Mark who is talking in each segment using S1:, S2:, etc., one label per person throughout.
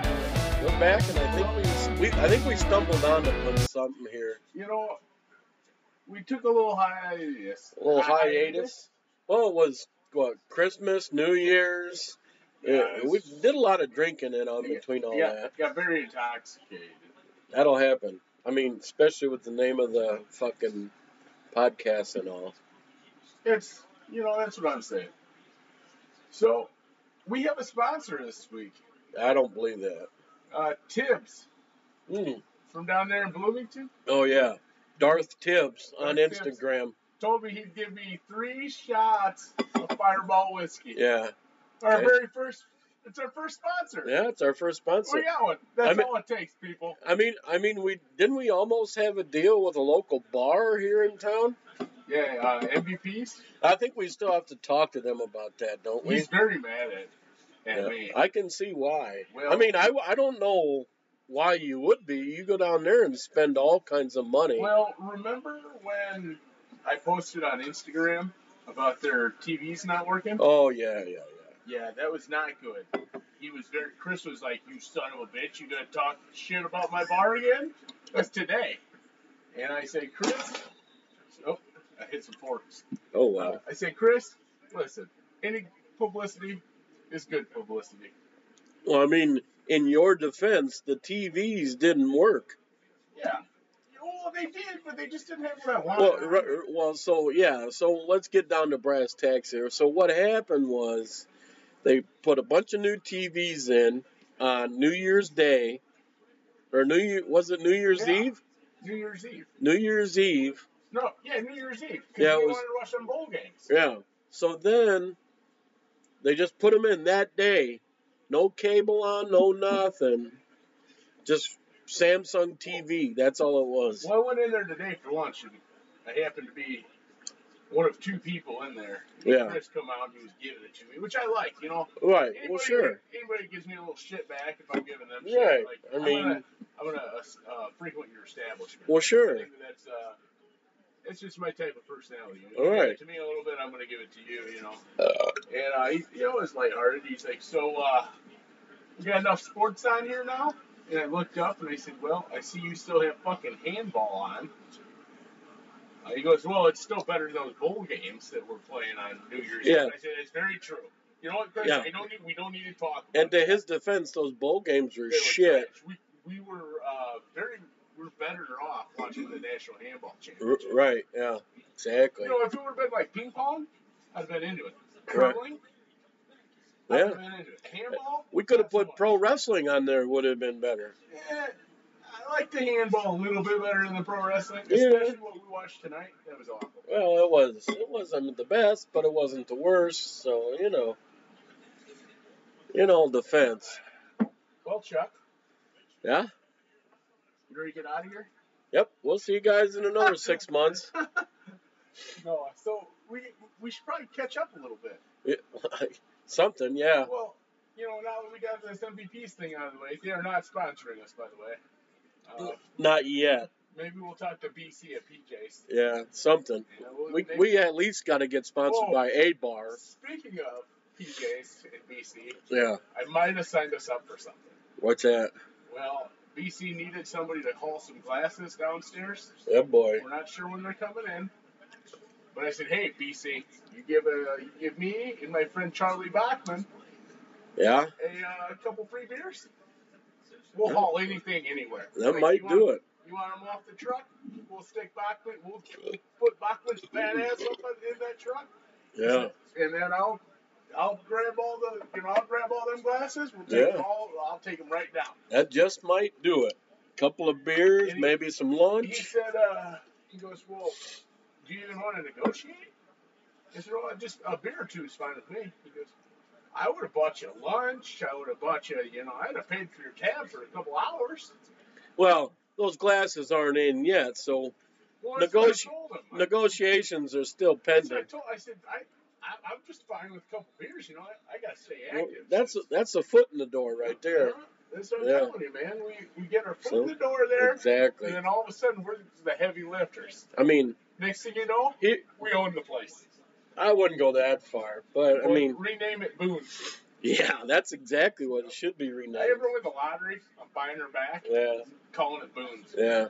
S1: go back and I think we, we I think we stumbled onto something here.
S2: You know, we took a little hiatus.
S1: A little hiatus. Well, it was what Christmas, New Year's. Yeah,
S2: Yes.
S1: we did a lot of drinking in on between all
S2: yeah,
S1: that.
S2: got very intoxicated.
S1: That'll happen. I mean, especially with the name of the fucking podcast and all.
S2: It's you know that's what I'm saying. So we have a sponsor this week,
S1: I don't believe that.
S2: uh, Tibbs Hmm.
S1: Mm.
S2: from down there in Bloomington.
S1: Oh yeah, Darth Tibbs on
S2: Darth Tibbs.
S1: Instagram.
S2: Told me he'd give me three shots of Fireball whiskey.
S1: Yeah,
S2: Our
S1: okay.
S2: very first. It's our first sponsor.
S1: yeah, it's our first sponsor.
S2: We got one. That's
S1: I mean-
S2: all it takes, people.
S1: I mean, I mean, we didn't we almost have a deal with a local bar here in town.
S2: Yeah, uh, MVPs.
S1: I think we still have to talk to them about that, don't we?
S2: He's very mad at, at
S1: Yeah,
S2: me.
S1: I can see why.
S2: Well-
S1: I mean, I, I don't know why you would be. You go down there and spend all kinds of money.
S2: Well, remember when I posted on Instagram about their TVs not working?
S1: oh yeah, yeah, yeah.
S2: Yeah, that was not good. He was very. Chris was like, "You son of a bitch! You gonna talk shit about my bar again?" That's today. And I say, Chris. Oh, I hit some forks.
S1: Oh wow.
S2: I say, Chris, listen. Any publicity is good publicity.
S1: Well, I mean, in your defense, the TVs didn't work.
S2: Yeah. Well, they did, but they just didn't have what I
S1: Well,
S2: wanted.
S1: r- r- well, so yeah, so let's get down to brass tacks here. So what happened was they put a bunch of new TVs in on New Year's Day, or New Year was it New Year's
S2: Yeah.
S1: Eve?
S2: New Year's Eve.
S1: New Year's Eve.
S2: No, yeah, New Year's Eve. Because
S1: Yeah, it
S2: we
S1: was-
S2: wanted to watch some bowl games.
S1: Yeah. So then they just put them in that day. No cable on, no nothing. Just Samsung TV. That's all it was.
S2: Well, I went in there today for lunch, and I happened to be one of two people in there.
S1: Yeah.
S2: Chris come out and he was giving it to me, which I like, you know.
S1: Right. Well, sure.
S2: Anybody gives me a little shit back if I'm giving them
S1: Right,
S2: shit. Like,
S1: I
S2: I'm
S1: mean-
S2: gonna, I'm gonna uh, s- uh, frequent your establishment.
S1: Well, sure.
S2: I think that's uh, it's just my type of personality. When you
S1: All
S2: give
S1: right.
S2: it To me, a little bit, I'm gonna give it to you, you know. And uh, he, he always lighthearted. He's like, so uh, we got enough sports on here now. And I looked up and I said, well, I see you still have fucking handball on. Uh, he goes, well, it's still better than those bowl games that we're playing on New Year's.
S1: Yeah.
S2: Eve. I said, it's very true. You know what, Chris?
S1: Yeah.
S2: I don't need, we don't need to talk. About
S1: And
S2: it.
S1: to his defense, those bowl games were
S2: They were
S1: shit.
S2: trash. We, we were uh, very, we are better off watching the National Handball Championship.
S1: R- right. Yeah. Exactly.
S2: You know, if it would have been like ping pong, I'd have been into it.
S1: Correct.
S2: Curling, I'd have
S1: Yeah.
S2: been into it. Handball,
S1: We could have
S2: not so
S1: put
S2: much.
S1: pro wrestling on there. Would have been better.
S2: Eh, I like the handball a little bit better than the pro wrestling,
S1: Yeah.
S2: especially what we watched tonight. That was awful.
S1: Well, it was. It wasn't the best, but it wasn't the worst. So you know. In all defense.
S2: Well, Chuck,
S1: Yeah.
S2: you ready to get out of here?
S1: Yep. We'll see you guys in another six months.
S2: No, so we we should probably catch up a little bit.
S1: Yeah, Something, yeah.
S2: Well, you know, now that we got this MVPs thing out of the way, they are not sponsoring us, by the way. Uh,
S1: Not yet.
S2: maybe we'll talk to BC at PJ's.
S1: Yeah, something.
S2: You know, we'll-
S1: We,
S2: they-
S1: we at least got to get sponsored
S2: Whoa.
S1: by a bar.
S2: Speaking of PJ's and BC,
S1: Yeah.
S2: I might have signed us up for something.
S1: What's that?
S2: Well, BC needed somebody to haul some glasses downstairs.
S1: Yeah, boy.
S2: We're not sure when they're coming in. But I said, hey, BC, you give a, you give me and my friend Charlie Bachman
S1: Yeah,
S2: a uh, couple free beers. We'll haul anything anywhere.
S1: that
S2: Like,
S1: might
S2: you
S1: do
S2: want-
S1: it.
S2: You want him off the truck? We'll stick Bachman. We'll put Bachman's fat ass up in that truck.
S1: Yeah.
S2: And then I'll I'll grab all the you know I'll grab all them glasses. We'll take
S1: Yeah.
S2: them all. I'll take them right down.
S1: That just might do it. Couple of beers,
S2: Any-
S1: maybe some
S2: He
S1: lunch.
S2: said, uh, he goes, well, do you even want to negotiate? I said, well, just a beer or two is fine with me. He goes, I would have bought you lunch. I would have bought you, you know, I'd have paid for your tab for a couple hours.
S1: Well, those glasses aren't in yet, so
S2: Well, that's what I
S1: Negoti-
S2: told him.
S1: negotiations are still
S2: That's what I
S1: pending.
S2: told. I said, I, I, I'm just fine with a couple beers. You know, I, I gotta stay
S1: Well,
S2: active.
S1: that's a, that's a foot in the door right there.
S2: That's what I'm
S1: Yeah.
S2: telling you, man. We, we get our foot
S1: So-
S2: in the door there, and
S1: Exactly.
S2: then all of a sudden we're the heavy lifters.
S1: I mean,
S2: Next thing you know,
S1: he,
S2: we own the place.
S1: I wouldn't go that far, but I
S2: Or
S1: mean,
S2: rename it Boone.
S1: Yeah, that's exactly what it should be
S2: If
S1: renamed.
S2: I ever win the lottery, I'm buying her back.
S1: Yeah,
S2: Calling it Boone's.
S1: yeah,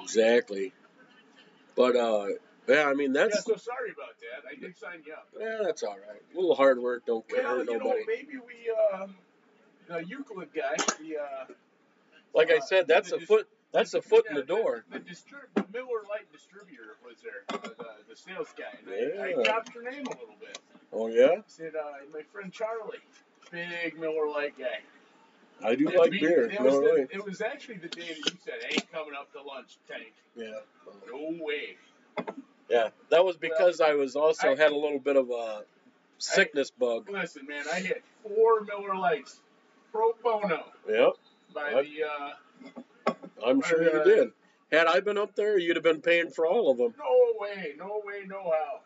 S1: exactly. But uh, yeah, I mean
S2: yeah,
S1: that's
S2: so sorry about that. I did sign you up.
S1: yeah, that's all right. A little hard work don't care
S2: Well, you know,
S1: nobody.
S2: maybe we, uh, the Euclid guy, the, uh,
S1: Like I said, that's a foot. That's a foot in
S2: yeah,
S1: the door.
S2: The, distrib- the Miller Lite distributor was there, uh, the, the sales guy. And I, I
S1: Yeah.
S2: dropped her name a little bit.
S1: Oh yeah,
S2: I said, uh, my friend Charlie, big Miller Lite guy.
S1: I do
S2: Yeah,
S1: like
S2: we-
S1: beer.
S2: It was,
S1: No
S2: the,
S1: way.
S2: it was actually the day that you said, "Hey, coming up to lunch, tank."
S1: Yeah.
S2: No way.
S1: Yeah, that was because I was also had a little bit of a sickness bug.
S2: Listen, man, I hit four Miller Lights pro bono
S1: Yep,
S2: by
S1: What?
S2: the. Uh,
S1: I'm sure you did. Had I been up there, you'd have been paying for all of them.
S2: no way, no way, no how.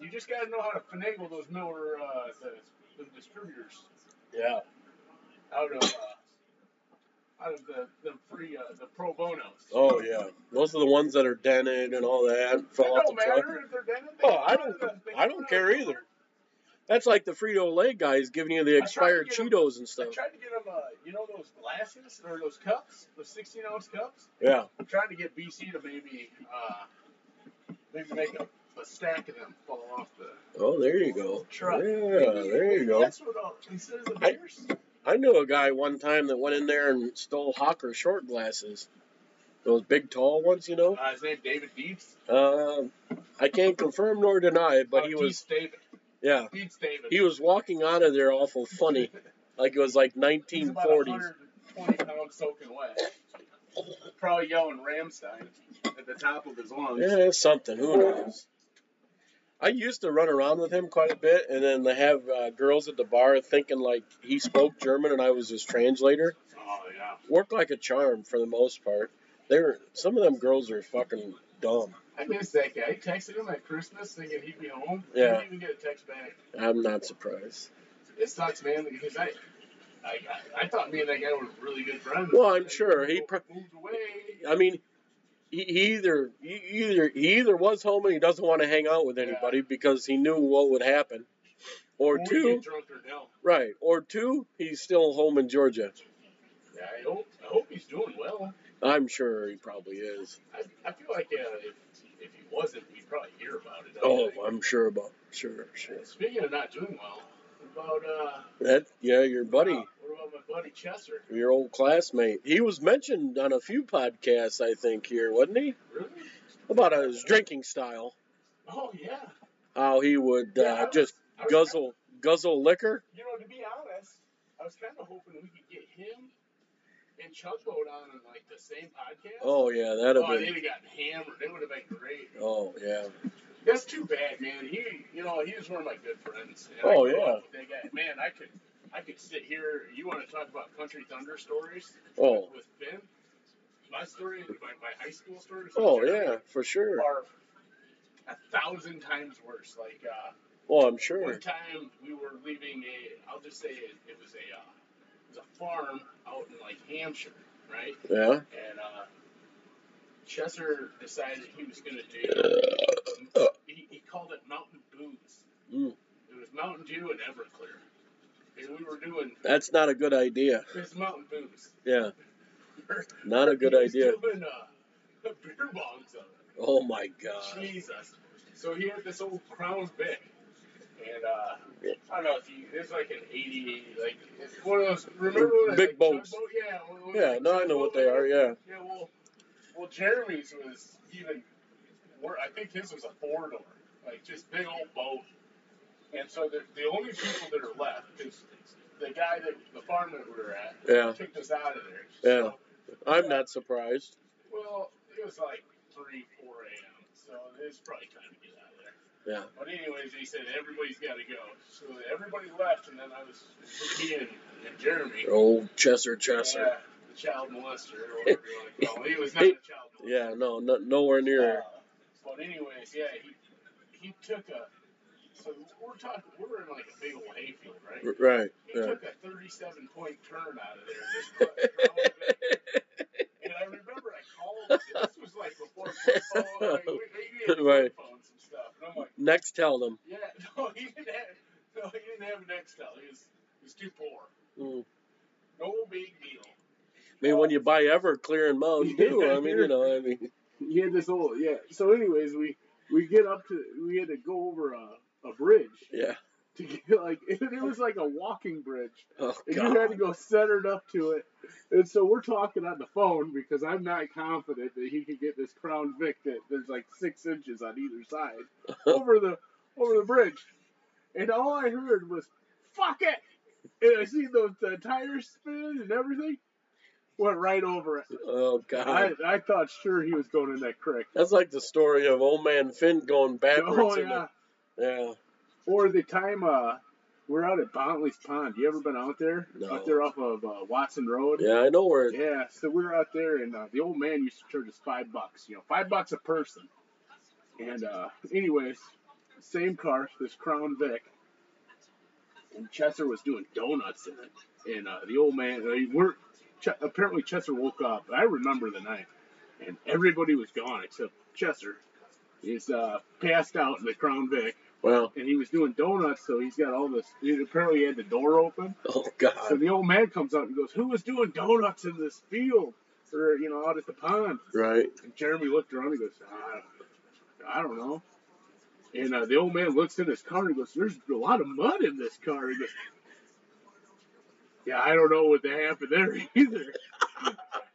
S2: You just gotta know how to finagle those Miller uh, the, the distributors
S1: Yeah.
S2: out of uh, out of the the free uh, the pro bonos.
S1: Oh yeah. Those are the ones that are dented and all that.
S2: It
S1: Fell off the
S2: don't
S1: truck.
S2: matter if they're dead. if
S1: Oh, I
S2: they-
S1: don't-
S2: they-
S1: I don't care either. That's like the Frito Lay guys giving you the
S2: I tried to
S1: expired
S2: get 'em-
S1: Cheetos and
S2: I
S1: stuff.
S2: tried to get him, uh, you know, those glasses or those cups, those 16 ounce cups.
S1: Yeah.
S2: I'm trying to get BC to maybe, uh, maybe make a, a stack of them fall off the.
S1: Oh, there you go.
S2: Truck.
S1: Yeah, there you go.
S2: That's what all. Instead of the
S1: I-
S2: beers.
S1: I knew a guy one time that went in there and stole Hawker short glasses. Those big tall ones, you know.
S2: Uh, his name David Dietz.
S1: Um, I can't confirm nor deny, but
S2: Oh,
S1: he was
S2: Dietz David.
S1: yeah.
S2: Dietz David.
S1: He was walking out of there awful funny, like it was like
S2: He's about
S1: 1940s.
S2: 120 pounds soaking wet. Probably yelling Ramstein at the top of his lungs.
S1: Yeah, it's something. Who knows? I used to run around with him quite a bit, and then they have uh, girls at the bar thinking like he spoke German and I was his translator.
S2: Oh yeah.
S1: Worked like a charm for the most part. They were some of them girls are fucking dumb.
S2: I missed that guy. I texted him at Christmas thinking he'd be home.
S1: Yeah.
S2: He didn't even get a text back.
S1: I'm not surprised.
S2: It sucks, man, because I, I, I thought me and that guy were really good friends.
S1: Well, I'm
S2: And
S1: sure. He pro-
S2: moved away.
S1: I mean, he, he either he either he either was home and he doesn't want to hang out with anybody because he knew what would happen, or
S2: Or we
S1: two,
S2: get drunk or no.
S1: right, or two, he's still home in Georgia.
S2: Yeah, I hope, I hope he's doing well.
S1: I'm sure he probably is.
S2: I, I feel like uh, if, if he wasn't, we'd probably hear about it. I
S1: Oh,
S2: think.
S1: I'm sure about sure sure.
S2: Speaking of not doing well, what about uh,
S1: That yeah, your buddy,
S2: what about my buddy Chester?
S1: your old classmate. He was mentioned on a few podcasts, I think. Here wasn't he
S2: Really?
S1: about his drinking style,
S2: Oh yeah.
S1: how he would uh,
S2: Yeah, I was-
S1: just
S2: I was-
S1: guzzle guzzle liquor.
S2: You know, to be honest, I was kind of hoping we could get him and Chugboat on in like the same podcast.
S1: Oh yeah, that'd
S2: Oh,
S1: have
S2: they'd
S1: been.
S2: have gotten hammered. They would have been great.
S1: Oh yeah.
S2: That's too bad, man. He, you know, he was one of my good friends. and I
S1: Oh,
S2: grew
S1: yeah.
S2: up with that guy. Man, I could, I could sit here. You want to talk about country thunder stories?
S1: Oh.
S2: With Ben, my story, my, my high school stories.
S1: Oh yeah, for sure.
S2: Are a thousand times worse. Like uh,
S1: Oh, I'm
S2: one
S1: sure.
S2: time we were leaving a, I'll just say it, it was a, uh, it was a farm out in like Hampshire, right?
S1: Yeah.
S2: and uh, Chester decided he was going to
S1: Uh.
S2: do. He, he called it Mountain Booze.
S1: Mm.
S2: It was Mountain Dew and Everclear, and we were doing
S1: That's not a good idea.
S2: this Mountain Booze.
S1: Yeah. Not a good
S2: He was
S1: idea.
S2: Doing uh, beer bongs of it.
S1: Oh my god.
S2: Jesus. So he had this old Crown Vic, and uh, I don't know if you. It's like an eighty, like it's one of those. Remember when
S1: Big
S2: like, chug
S1: boats.
S2: boat? Yeah. when- when
S1: Yeah,
S2: like
S1: no, I
S2: chug
S1: know
S2: boat
S1: what they
S2: was-
S1: are, yeah.
S2: Yeah, well, well, Jeremy's was even. wor I think his was a four door, like just big old boat. And so the, the only people that are left is the guy that the farm that we were at
S1: Yeah.
S2: kicked us out of there.
S1: Yeah.
S2: So,
S1: I'm not surprised.
S2: well, it was like three, four a.m. So it's probably time to get out of there.
S1: Yeah.
S2: But anyways, he said everybody's got to go. So everybody left, and then I was he and, and Jeremy.
S1: Oh, Chester,
S2: Yeah,
S1: Chester.
S2: the child molester or whatever you want to call him. He was not a child molester.
S1: Yeah. No, no, nowhere near.
S2: Uh, but anyways, yeah, he he took a. So we're talking, we're in like a big old hayfield, right?
S1: R- Right.
S2: He
S1: Yeah.
S2: took a 37 point turn out of there. Just crossed the road. and I remember I called. This was like before football. Like, we, we had
S1: Right.
S2: phones and stuff, and I'm like.
S1: Next, tell them.
S2: Yeah, no, he didn't have. No, he didn't have an Nextel. He was too poor.
S1: Mm.
S2: No big deal.
S1: I mean, when you buy Everclear and Mountain Dew, I mean, you know, I mean,
S2: He had this old yeah. So anyways, we we get up to we had to go over a, a bridge
S1: yeah.
S2: to get like it, was like a walking bridge.
S1: Oh
S2: And you had to
S1: God.
S2: go centered up to it. And so we're talking on the phone because I'm not confident that he could get this Crown Vic that there's like six inches on either side over the over the bridge. And all I heard was "fuck it," and I see those uh, tires spin and everything. Went right over it.
S1: Oh God.
S2: I, I thought sure he was going in that creek.
S1: That's like the story of old man Finn going backwards.
S2: Oh
S1: in
S2: yeah.
S1: the- yeah.
S2: Or the time uh, we're out at Bontley's Pond. You ever been out there?
S1: No.
S2: Out there off of uh, Watson Road.
S1: Yeah, I know where. it-
S2: Yeah, so we were out there, and uh, the old man used to charge us five bucks. You know, five bucks a person. And uh, anyways, same car, this Crown Vic. And Chester was doing donuts in it. And uh, the old man, they were Ch- apparently Chester woke up. I remember the night, and everybody was gone except Chester. He's uh, passed out in the Crown Vic
S1: Wow.
S2: and he was doing donuts, so he's got all this. He apparently had the door open.
S1: Oh
S2: So
S1: God.
S2: the old man comes out and goes, "Who was doing donuts in this field, or you know, out at the pond?"
S1: Right.
S2: And Jeremy looked around and goes, "I don't, I don't know." And uh, the old man looks in his car and goes, "There's a lot of mud in this car." He goes, "Yeah, I don't know what happened there either."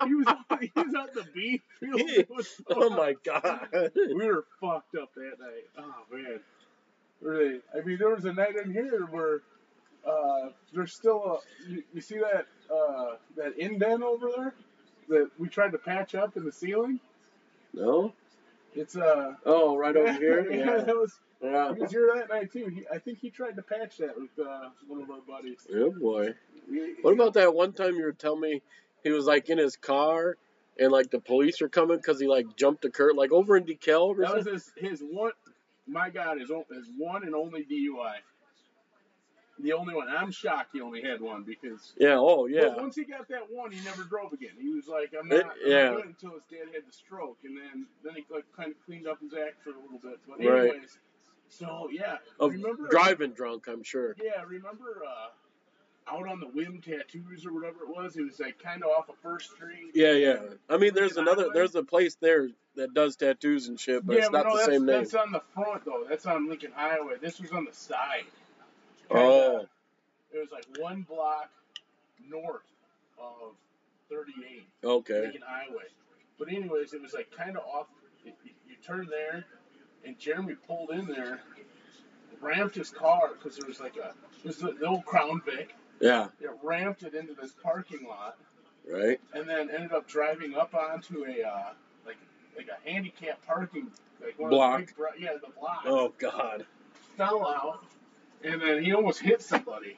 S2: he was he was on the bean field. It was so
S1: Oh my God.
S2: we were fucked up that night. Oh man, really. I mean, there was a night in here where uh, there's still a. You, you see that uh, that indent over there that we tried to patch up in the ceiling.
S1: No.
S2: It's uh.
S1: Oh, right over here.
S2: yeah,
S1: Yeah.
S2: that was.
S1: Yeah.
S2: He was here that night too. He, I think he tried to patch that with uh, one of our buddies.
S1: Oh boy.
S2: We-
S1: What about that one time you were telling me he was like in his car and like the police were coming because he like jumped a curb like over in DeKalb or
S2: That was
S1: something?
S2: his, his one. My God, his o- his one and only DUI. The only one. I'm shocked he only had one because
S1: Yeah. Oh
S2: But
S1: yeah.
S2: once he got that one, he never drove again. He was like, I'm not, I'm
S1: yeah.
S2: not good until his dad had the stroke, and then then he like kind of cleaned up his act for a little bit. But
S1: Right.
S2: anyways, so yeah,
S1: Of
S2: remember
S1: driving drunk, I'm sure.
S2: Yeah, remember uh, out on the whim tattoos or whatever it was. It was like kind of off of First Street.
S1: Yeah, yeah. I mean, there's
S2: Freaking
S1: another,
S2: highway.
S1: there's a place there that does tattoos and shit, but
S2: yeah,
S1: it's
S2: but
S1: not
S2: no,
S1: the
S2: that's,
S1: same name.
S2: that's on the front though. That's on Lincoln Highway. This was on the side.
S1: Oh.
S2: It was like one block north of 38.
S1: Okay.
S2: Lincoln Highway. But anyways, it was like kind of off. You, you- you turn there, and Jeremy pulled in there, ramped his car because there was like a it was the, the old Crown Vic.
S1: Yeah.
S2: It ramped it into this parking lot,
S1: Right.
S2: and then ended up driving up onto a uh, like like a handicap parking like one
S1: Block.
S2: Of the big, bro- yeah, the block
S1: Oh God.
S2: fell out, and then he almost hit somebody.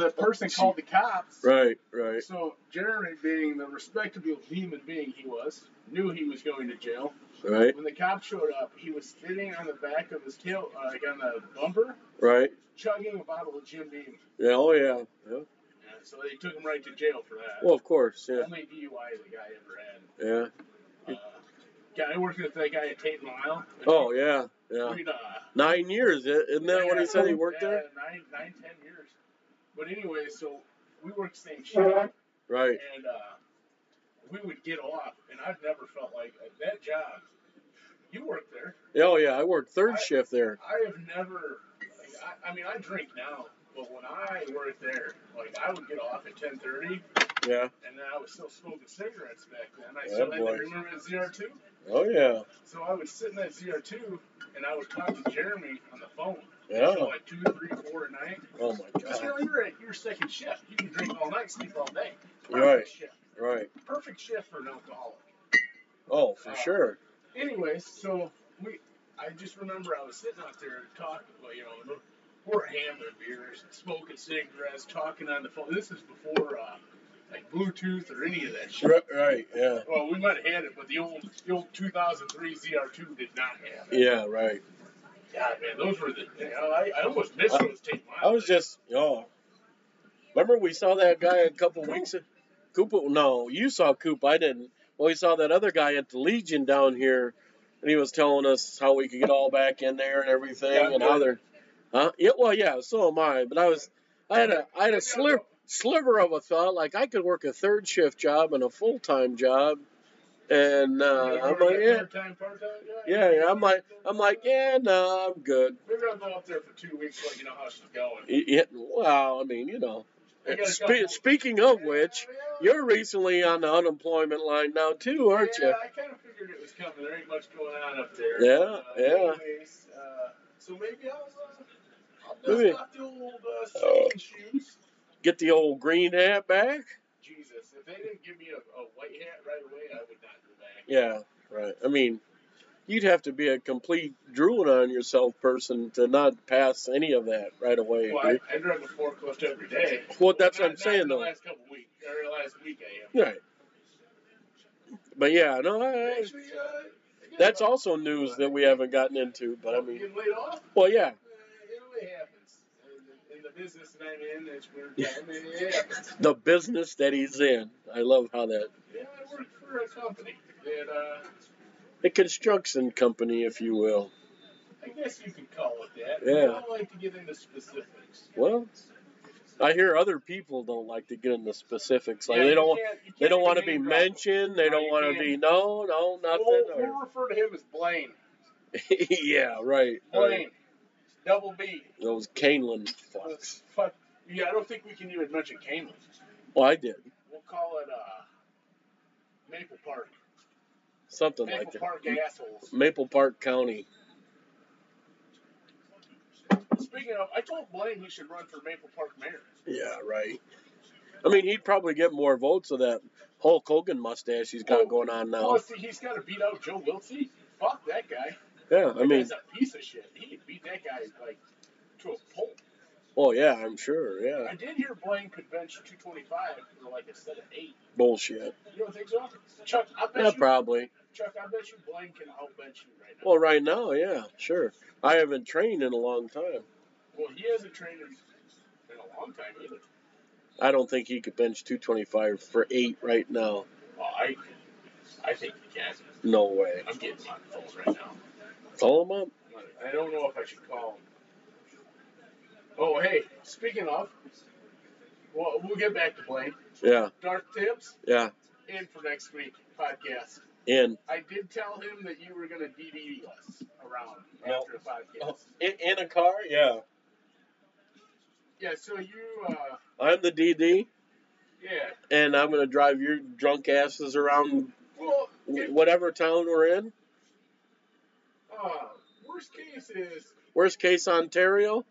S2: that person called the cops.
S1: Right. Right.
S2: So Jeremy, being the respectable human being he was, knew he was going to jail.
S1: Right.
S2: When the cop showed up, he was sitting on the back of his tail, uh, like on the bumper,
S1: Right.
S2: chugging a bottle of Jim Beam.
S1: Yeah. Oh yeah. yeah.
S2: And so they took him right to jail for that.
S1: Well, of course. Yeah.
S2: Only DUI the guy ever
S1: Yeah.
S2: had. Uh, guy I worked with that guy at Tate Mile.
S1: Oh yeah. Yeah.
S2: We'd, uh,
S1: Nine years. i- Isn't that what he said he worked
S2: yeah,
S1: there?
S2: Nine, nine, ten years. But anyway, so we worked the same shift.
S1: Right.
S2: and uh, we would get off, and I've never felt like that job. You worked there.
S1: Oh yeah. I worked third
S2: I-
S1: shift there.
S2: I have never. I, I mean, I drink now, but when I worked there, like I would get off at ten thirty,
S1: Yeah.
S2: and then I was still smoking cigarettes back then. I
S1: Oh,
S2: still had
S1: boy.
S2: that, remember that ZR two,
S1: Oh yeah.
S2: so I would sit in that ZR two, and I would talk to Jeremy on the phone.
S1: Yeah.
S2: Until like two, three, four at night.
S1: Oh my
S2: Because you
S1: God.
S2: know you're at your second shift. You can drink all night, sleep all day. Perfect
S1: Right.
S2: shift.
S1: Right.
S2: Perfect shift for an alcoholic.
S1: Oh, for sure.
S2: anyways, so we, I just remember I was sitting out there talking, well, you know, we're handling beers, smoking cigarettes, talking on the phone. This is before uh, like Bluetooth or any of that shit.
S1: Right. right. Yeah.
S2: Well, we might have had it, but the old the old 2003 ZR2 did not have it.
S1: Yeah. Right.
S2: God, man, those were the. You know, I, I almost missed
S1: I-
S2: those tape
S1: I was just, oh. Remember we saw that guy a couple
S2: Coop.
S1: weeks ago? Coop, no, you saw Coop, I didn't. Well, we saw that other guy at the Legion down here, and he was telling us how we could get all back in there and everything,
S2: Yeah, I'm
S1: and how
S2: good.
S1: they're, huh? Yeah, well, yeah, so am I, but I was, I had a I had a sliver sliver of a thought like I could work a third shift job and a full time job, and uh, I'm like yeah.
S2: Part-time, part-time guy?
S1: Yeah, yeah, I'm like, I'm like, yeah, no, I'm good.
S2: Maybe I'll go up there for two weeks, let you know how she's going.
S1: Y- Yeah, well, I mean, you know.
S2: I got a couple-
S1: Spe- speaking of which, you're recently on the unemployment line now too, aren't
S2: yeah,
S1: you?
S2: I kind of figured it was coming. There ain't much going on up there.
S1: Yeah,
S2: Uh,
S1: yeah.
S2: Anyways, uh, so maybe I'll, uh, I'll
S1: Maybe. Oh.
S2: dust off the old uh, sock and shoes.
S1: Get the old green hat back.
S2: Jesus, if they didn't give me a, a white hat right away, I would not go back.
S1: Yeah, right. I mean, you'd have to be a complete drooling on yourself person to not pass any of that right away.
S2: Well, I, I drive a forklift every day.
S1: Well, that's what
S2: Not-
S1: I'm saying,
S2: not The
S1: though.
S2: last couple weeks, or last week I am.
S1: dude. Right. But yeah, no, I,
S2: Actually, uh, I guess
S1: that's
S2: I'm
S1: also news that we haven't gotten into. But I mean,
S2: Getting laid off.
S1: well, yeah,
S2: Uh, it only happens. In, in the business that I'm in, it's weird. I mean, it happens.
S1: the business that he's in. I love how that
S2: Yeah, I work for a company that, uh,
S1: the construction company, if you will.
S2: I guess you could call it that.
S1: Yeah.
S2: I don't like to get into specifics.
S1: Well, I hear other people don't like to get into specifics. Like
S2: Yeah,
S1: they
S2: you
S1: don't. want-
S2: can't- you
S1: They
S2: can't
S1: don't
S2: even
S1: want to be
S2: name drop 'em.
S1: mentioned. They
S2: No,
S1: don't
S2: you
S1: want to
S2: can't.
S1: be no, no, nothing.
S2: We'll, we'll refer to him as Blaine.
S1: Or, yeah, right. right.
S2: Blaine. Double B.
S1: Those Canelan fucks.
S2: Fuck. Yeah, I don't think we can even mention Camelot.
S1: Well, I did
S2: We'll call it uh, Maple Park.
S1: something
S2: Maple
S1: like that.
S2: Park assholes.
S1: Maple Park County.
S2: Speaking of, I told Blaine he should run for Maple Park mayor.
S1: Yeah, right. I mean, he'd probably get more votes of that Hulk Hogan mustache he's got
S2: Well,
S1: going on now.
S2: Well, Oh, see, he's got to beat out Joe Wiltsey. Fuck that guy.
S1: Yeah, I
S2: That
S1: mean,
S2: guy's a piece of shit. He beat that guy like to a pulp.
S1: oh yeah, I'm sure. Yeah,
S2: I did hear Blaine could bench 225 for like instead of eight.
S1: bullshit.
S2: You don't think so? Chuck, I bet
S1: Yeah,
S2: you.
S1: probably.
S2: Chuck, I bet you Blaine can outbench you right now.
S1: Well, right now, yeah, sure. I haven't trained in a long time.
S2: Well, he hasn't trained in, in a long time either.
S1: I don't think he could bench 225 for eight right now.
S2: Well, I, I think he can.
S1: No way.
S2: I'm getting my phone right now.
S1: Call him up.
S2: I don't know if I should call him. Oh, hey, speaking of, well, we'll get back to Blaine.
S1: Yeah,
S2: Dark tips
S1: yeah.
S2: in for next week podcast.
S1: In
S2: I did tell him that you were going to DVD us around
S1: No.
S2: after the podcast.
S1: in, in a car. Yeah.
S2: Yeah, so you, uh,
S1: I'm the DD,
S2: yeah.
S1: and I'm gonna drive your drunk asses around
S2: Well, if,
S1: whatever town we're in.
S2: uh, worst case is,
S1: Worst case, Ontario.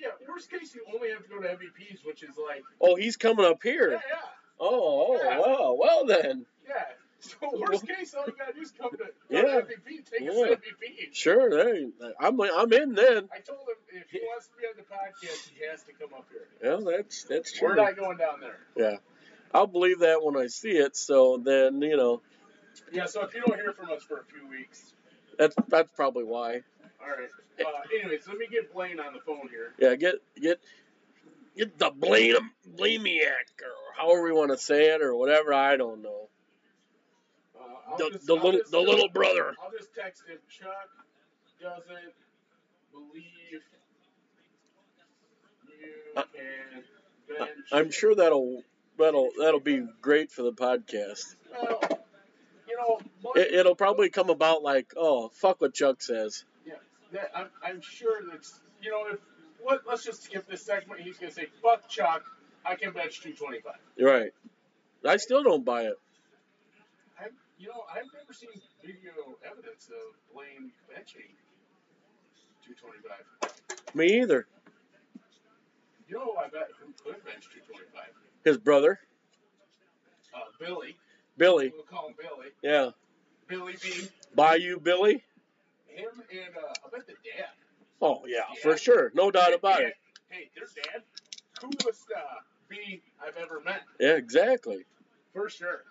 S2: yeah, worst case you only have to go to MEPs, which is like,
S1: Oh, he's coming up
S2: yeah,
S1: here.
S2: yeah.
S1: Oh, oh, wow. Well then,
S2: Yeah. So worst case, all you gotta do is come to, come
S1: Yeah.
S2: to MVP, take us
S1: Yeah.
S2: to MVP.
S1: sure. Hey, I'm I'm in then.
S2: I told him if he wants to be on the podcast, he has to come up here.
S1: Yeah, that's that's
S2: We're
S1: true.
S2: not going down there.
S1: I'll believe that when I see it. So then, you know,
S2: Yeah. So if you don't hear from us for a few weeks,
S1: that's that's probably why.
S2: all right. Uh, anyways, let me get Blaine on the phone here.
S1: Yeah, get get get the blame blamiac or however we want to say it or whatever. I don't know.
S2: Uh, I'll
S1: The,
S2: just-
S1: the
S2: I'll
S1: little
S2: just-
S1: the little brother.
S2: I'll just text him. Chuck doesn't believe you
S1: I-
S2: can
S1: I-
S2: bench.
S1: Uh, I'm sure that'll that'll that'll be great for the podcast.
S2: Well, you know, Blaine-
S1: It, it'll probably come about like, oh, fuck what Chuck says.
S2: Yeah, that, I'm, I'm sure that's, you know, if let, let's just skip this segment. He's going to say, fuck Chuck, I can bench 225.
S1: You're right. I still don't buy it.
S2: I'm, you know, I've never seen video evidence of Blaine benching 225.
S1: Me either.
S2: You know, I bet who could bench 225?
S1: His brother,
S2: Uh, Billy.
S1: Billy.
S2: We'll call him Billy.
S1: Yeah.
S2: Billy B.
S1: Bayou Billy.
S2: Him and uh, I bet the dad.
S1: Oh yeah, for sure. No doubt about it.
S2: Hey, their dad, coolest uh, B I've ever met.
S1: Yeah, exactly.
S2: For sure.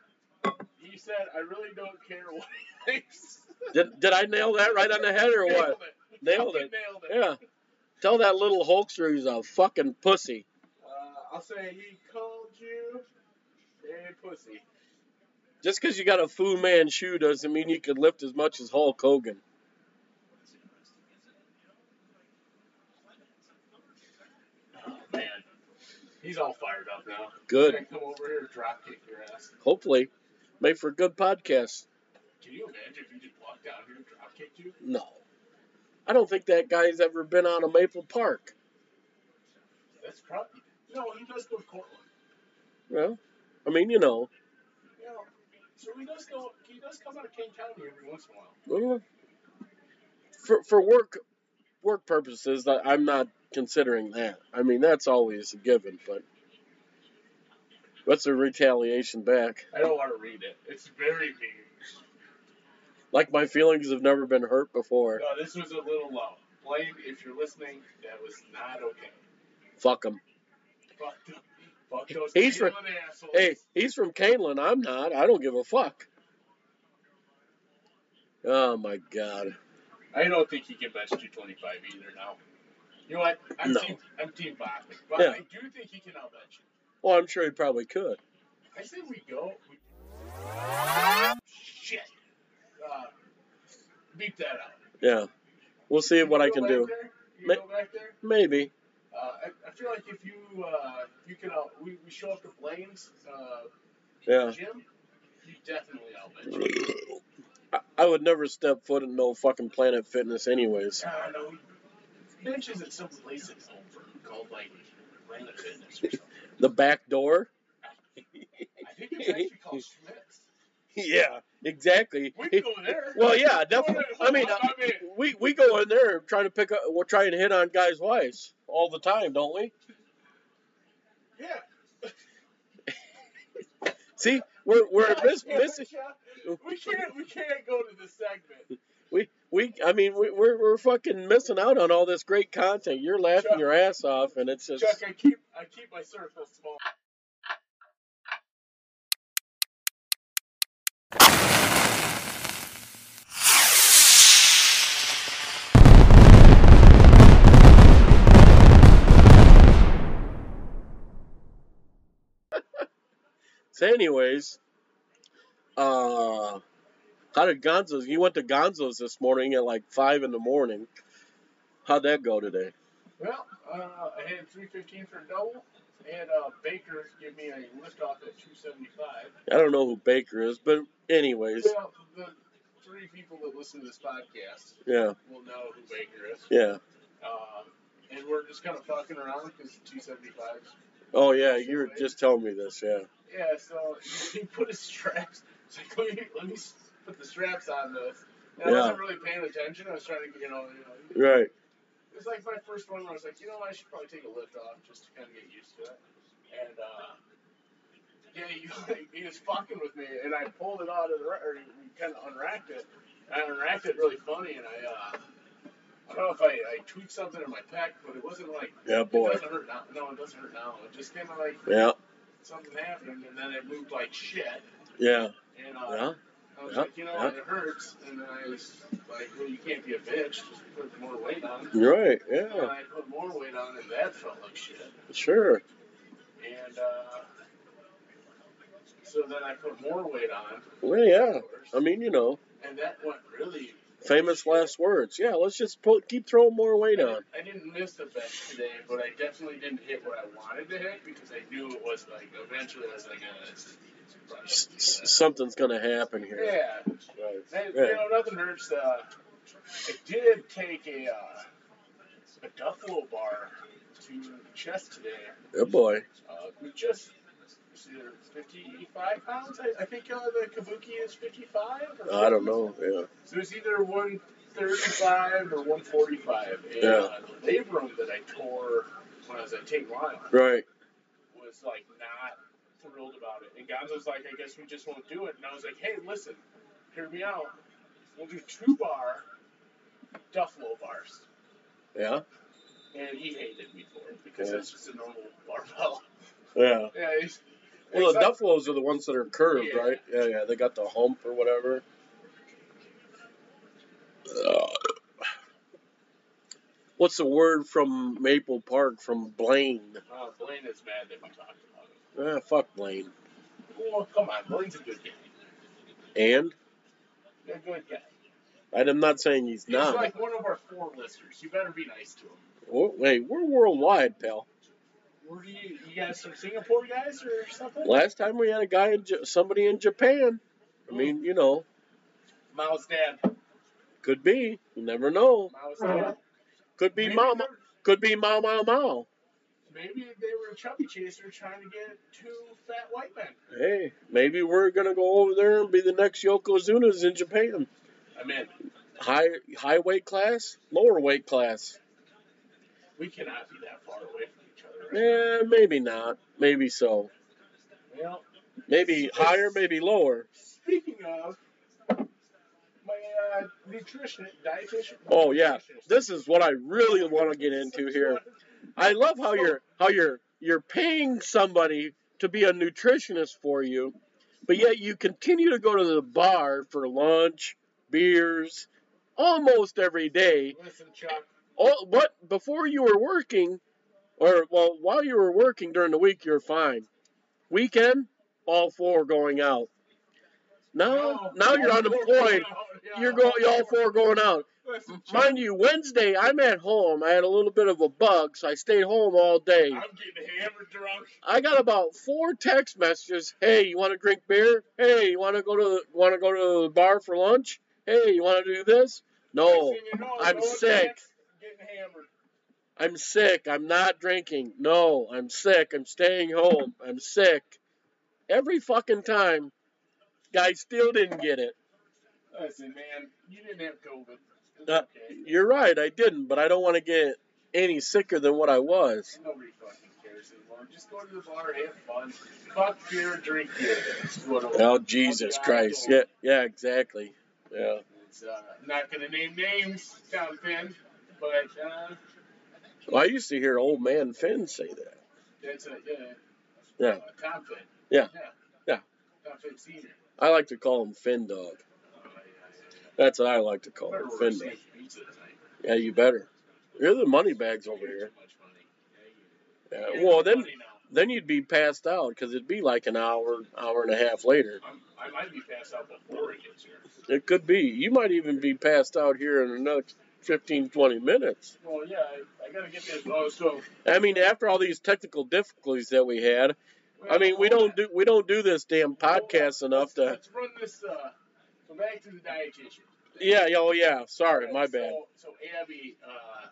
S2: He said, I really don't care what he thinks.
S1: Did, did I nail that right on the head or what?
S2: it.
S1: Nailed it.
S2: Nailed it.
S1: Yeah. Tell that little Hulkster he's a fucking pussy.
S2: Uh, I'll say he called you a pussy.
S1: Just because you got a Fu Manchu doesn't mean you could lift as much as Hulk Hogan.
S2: Oh, man. He's all fired up now.
S1: Good.
S2: He's gonna come over here and drop kick your ass.
S1: Hopefully, make for a good podcast.
S2: Can you imagine if you just walked down here and drop kicked you?
S1: No, I don't think that guy's ever been on a Maple Park.
S2: That's probably. No, he does go to Cortland.
S1: Well, I mean, you know,
S2: You know, so he does go. He does come out of King County every once in a while.
S1: well, Mm. for for work work purposes, I- I'm not considering that. I mean, that's always a given, but what's the retaliation back?
S2: I don't want to read it. It's very mean.
S1: Like my feelings have never been hurt before.
S2: No, this was a little low. Blame if you're listening. That was not okay.
S1: Fuck him.
S2: Fuck, them. fuck those
S1: He's
S2: Cleveland assholes.
S1: Hey, he's from Canelan. I'm not. I don't give a fuck. Oh my god.
S2: I don't think he can match 225 either now. You know what? I'm
S1: No.
S2: team, I'm team Bachman, but
S1: Yeah.
S2: I do think he can outmatch you.
S1: Well, I'm sure he probably could.
S2: I say we go. We... Shit. Uh, beat that out.
S1: Yeah. We'll see what I can do.
S2: You
S1: Ma-
S2: go back there.
S1: Maybe.
S2: Uh, I, I feel like if you uh, you can out, we, we show up to Blaine's uh,
S1: Yeah.
S2: gym, you definitely outmatch. him.
S1: I, I would never step foot in no fucking Planet Fitness, anyways.
S2: I know. Benches at some place at Over called like Planet Fitness or something.
S1: The back door.
S2: I think it's actually called Schmitz.
S1: Yeah. Exactly.
S2: We
S1: He-
S2: can go there.
S1: well, yeah,
S2: Go
S1: definitely.
S2: there.
S1: I mean,
S2: Hold on, I'm
S1: we we go in there and try to pick up. We'll try and hit on guys' wives all the time, don't we?
S2: in.
S1: See, we're
S2: yeah.
S1: we're miss, missing.
S2: We can't. We can't go to this segment.
S1: We we I mean we, we're we're fucking missing out on all this great content. You're laughing
S2: Chuck.
S1: your ass off, and it's just
S2: Chuck, I keep. I keep my circle small.
S1: so. Anyways, uh, how did Gonzo's? You went to Gonzo's this morning at like five in the morning. How'd that go today?
S2: Well, uh, I had 315 for a double, and uh, Baker's give me a lift off at 275.
S1: I don't know who Baker is, but anyways,
S2: Well, the three people that listen to this podcast
S1: yeah,
S2: will know who Baker is.
S1: yeah.
S2: Um, and we're just kind of fucking around because 275.
S1: Oh yeah, you were just telling me this. Yeah,
S2: Yeah, so he put his straps. He's like, let me, let me s- put the straps on this. And I wasn't really paying attention. I was trying to, you know, you know.
S1: right.
S2: It was like my first one where I was like, you know, I should probably take a lift off just to kind of get used to it. And, uh, yeah, he, like, he was fucking with me, and I pulled it out of the, ra- or kind of unracked it. And I unracked it really funny, and I, uh, I don't know if I, I tweaked something in my pec, but it wasn't like,
S1: Yeah,
S2: it
S1: boy.
S2: doesn't hurt now. No, it doesn't hurt now. It just kind of like
S1: Yeah,
S2: something happened, and then it moved like shit.
S1: yeah,
S2: And, uh,
S1: yeah.
S2: I was
S1: Yeah,
S2: like, you know,
S1: yeah.
S2: it hurts. And then I was like, well, you can't be a bitch. Just put more weight on.
S1: You're right.
S2: And
S1: Yeah,
S2: I put more weight on, and that felt like shit.
S1: sure.
S2: And uh, so then I put more weight on.
S1: Well, yeah.
S2: of course,
S1: I mean, you know,
S2: and that went really.
S1: famous last words. Yeah, let's just put, keep throwing more weight on.
S2: I didn't miss the bench today, but I definitely didn't hit what I wanted to hit because I knew it was like eventually I was like, uh, this is-
S1: S- s- something's gonna happen here.
S2: yeah. And,
S1: Yeah.
S2: You know, nothing hurts. Uh, I did take a uh, a Duffalo bar to chest today.
S1: Good boy.
S2: Uh, we just it's either 55 pounds. I, I think uh, the Kabuki is 55. Or
S1: I don't know. Yeah.
S2: So it's either 135 or 145. And, Uh, the labrum that I tore when I was at Tate Lyon
S1: Right.
S2: was like not thrilled about it. And Gonzo's like, I guess we just won't do it. And I was like, hey, listen, hear me out. We'll do two bar Duffalo bars.
S1: Yeah.
S2: And he hated me for it because
S1: Yeah.
S2: that's just a normal barbell.
S1: Yeah.
S2: Yeah, he's,
S1: Well,
S2: he's
S1: the
S2: like,
S1: Duffelos are the ones that are curved,
S2: Yeah.
S1: right? Yeah, yeah. They got the hump or whatever. Ugh. What's the word from Maple Park from Blaine?
S2: Oh, Blaine is mad that we talked about it.
S1: Ah, fuck Blaine.
S2: Well, come on, Blaine's a good guy.
S1: And
S2: He's a good guy.
S1: I'm not saying he's
S2: He's
S1: not.
S2: like one of our four listeners. You better be nice to him.
S1: Oh, hey, we're worldwide, pal.
S2: Where do you you got some Singapore guys or something?
S1: Last time we had a guy, in J- somebody in Japan. I mean, you know,
S2: Mao's dad.
S1: could be. You never know.
S2: Mao's dad.
S1: Could be
S2: Maybe
S1: Mama.
S2: they're-
S1: Could be Mao Mao Mao.
S2: Maybe they were a chubby chaser trying to get two fat white men.
S1: Hey, maybe we're gonna go over there and be the next Yokozunas in Japan.
S2: I'm in.
S1: High high weight class, lower weight class.
S2: We cannot be that far away from each other. Right?
S1: Eh, maybe not. Maybe so.
S2: Well,
S1: Maybe higher, maybe lower.
S2: speaking of my uh, nutrition, dietitian.
S1: Oh, yeah.
S2: nutritionist.
S1: This is what I really want to get into here. I love how you're how you're you're paying somebody to be a nutritionist for you, but yet you continue to go to the bar for lunch, beers, almost every day.
S2: Listen, Chuck.
S1: All what before you were working, or well while you were working during the week, you're fine. Weekend, all four going out. Now
S2: no,
S1: now you're
S2: all four
S1: unemployed.
S2: going out, yeah,
S1: You're going all four going out.
S2: Listen, Chuck,
S1: Mind you, Wednesday I'm at home. I had a little bit of a bug, so I stayed home all day.
S2: I'm getting hammered drunk.
S1: I got about four text messages. Hey, you want to drink beer? Hey, you want to go to want to go to the bar for lunch? Hey, you want to do this? No,
S2: Next thing you know,
S1: I'm
S2: going to
S1: sick.
S2: dance, Getting hammered.
S1: I'm sick. I'm not drinking. No, I'm sick. I'm staying home. I'm sick. Every fucking time, guy still didn't get it.
S2: Listen, man, you didn't have COVID. It's
S1: Uh,
S2: okay.
S1: You're right, I didn't, but I don't want to get any sicker than what I was.
S2: Nobody fucking cares anymore. Just go to the bar, have fun. Fuck beer, drink beer. That's what it
S1: Oh
S2: was.
S1: Jesus
S2: Yeah, I
S1: Christ!
S2: know.
S1: Yeah, yeah, exactly. Yeah.
S2: It's, uh, not gonna name names, Tom Finn, but uh,
S1: Well, I used to hear old man Finn say that.
S2: that's a yeah.
S1: Yeah.
S2: Uh, Tom Finn.
S1: Yeah.
S2: Yeah.
S1: Yeah.
S2: Tom Finn Senior.
S1: I like to call him Finn Dog.
S2: Oh, yeah,
S1: That's what I like to call
S2: yeah, yeah.
S1: him,
S2: Remember
S1: Oh, Finn
S2: when
S1: Dog.
S2: we saved pizza tonight?
S1: Yeah, you better. You're the money bags over here.
S2: Too much money.
S1: Yeah. Well, then
S2: Money now.
S1: then you'd be passed out because it'd be like an hour, hour and a half later.
S2: I'm, I might be passed out before it gets here.
S1: It could be. You might even be passed out here in another 15, 20 minutes.
S2: Well, yeah, I, I gotta get this. Oh, so
S1: I mean, after all these technical difficulties that we had, I mean, we don't do we don't do this damn podcast enough to.
S2: Let's run this. Uh, go back to the dietitian.
S1: Yeah. yeah, Oh, yeah. Sorry,
S2: Right,
S1: my bad.
S2: So, so Abby, uh,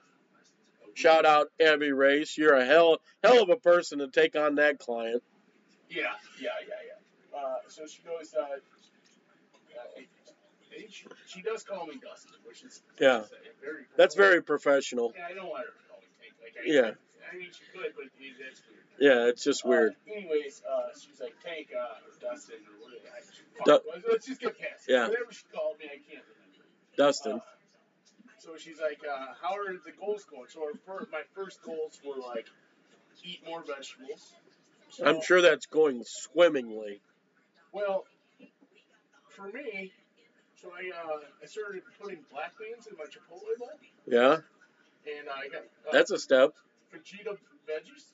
S1: Shout out Abby Race. You're a hell hell of a person to take on that client.
S2: Yeah, yeah, yeah, yeah. Uh, so she goes. Uh, uh, she, she does call me Dustin, which is
S1: Yeah.
S2: is, uh, very
S1: That's very professional.
S2: Yeah, I don't want her to call me Tank. Like, I,
S1: Yeah.
S2: I mean, she could, but it, that's weird.
S1: Yeah, it's just weird.
S2: Uh, anyways, uh, she was like, Tank, uh, or Dustin, or whatever. the heck she-
S1: Du-
S2: Fuck, let's- Let's just get past it.
S1: Yeah.
S2: Whatever she called me, I can't remember.
S1: Dustin.
S2: Uh, so she's like, uh, how are the goals going? So her fir- my first goals were like, eat more vegetables. So-
S1: I'm sure that's going swimmingly.
S2: Well, for me, so I uh, I started putting black beans in my chipotle bowl,
S1: Yeah,
S2: and I got uh,
S1: that's a step.
S2: fajita veggies,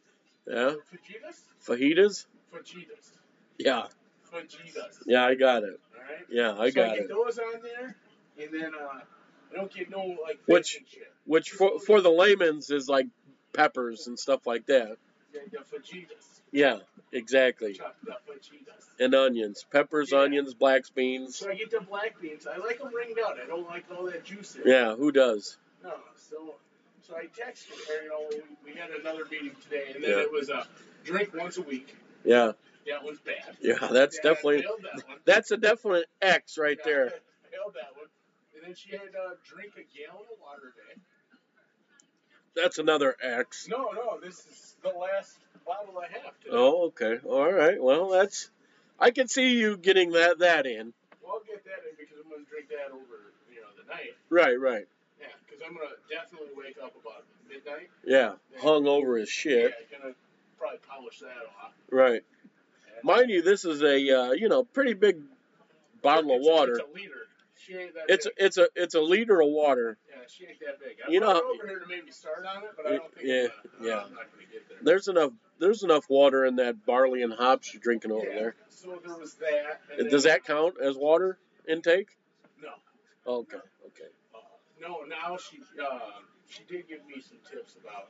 S1: Yeah.
S2: fajitas,
S1: Fajitas?
S2: fajitas,
S1: Yeah.
S2: fajitas.
S1: Yeah, I got it.
S2: All right.
S1: Yeah, I
S2: so
S1: got
S2: I get
S1: it.
S2: those on there, and then uh, I don't get no like
S1: Which-
S2: fish and shit.
S1: Which for for the layman's is like peppers and stuff like that.
S2: The, the fajitas,
S1: Yeah, exactly.
S2: chopped up fajitas.
S1: And onions. Peppers,
S2: Yeah.
S1: onions, black beans.
S2: So I get the black beans. I like them ringed out. I don't like all that juice in it.
S1: Yeah, who does?
S2: No, so so I texted her. You know, we, we had another meeting today, and then
S1: Yeah.
S2: it was a drink once a week.
S1: Yeah.
S2: That was bad.
S1: Yeah, that's
S2: Yeah, I
S1: definitely
S2: failed that one.
S1: that's a definite X right
S2: Yeah,
S1: there.
S2: I failed that one. And then she had uh, drink a gallon of water a day.
S1: That's another X.
S2: No, no, this is the last bottle I have. Today.
S1: Oh, okay. All right. Well, that's. I can see you getting that that in.
S2: Well, I'll get that in because I'm gonna drink that over you know the night.
S1: Right. Right.
S2: Yeah, because I'm gonna definitely wake up about midnight.
S1: Yeah. Hung over as shit.
S2: Yeah, gonna probably polish that off.
S1: Right.
S2: And-
S1: Mind you, this is a uh, you know pretty big bottle of
S2: It's-
S1: water.
S2: It's a liter. She ain't that
S1: It's
S2: big.
S1: it's a it's a liter of water.
S2: Yeah, she ain't that big. I
S1: You
S2: you
S1: know-
S2: know, over here to maybe start on it, but I don't think
S1: Yeah,
S2: I'm, gonna,
S1: yeah.
S2: I'm not going to get there.
S1: There's enough there's enough water in that barley and hops you're drinking over
S2: Yeah,
S1: there.
S2: So there was that. And
S1: Does
S2: then-
S1: that count as water intake?
S2: No.
S1: Okay. Okay.
S2: Uh, no, now she uh, she did give me some tips about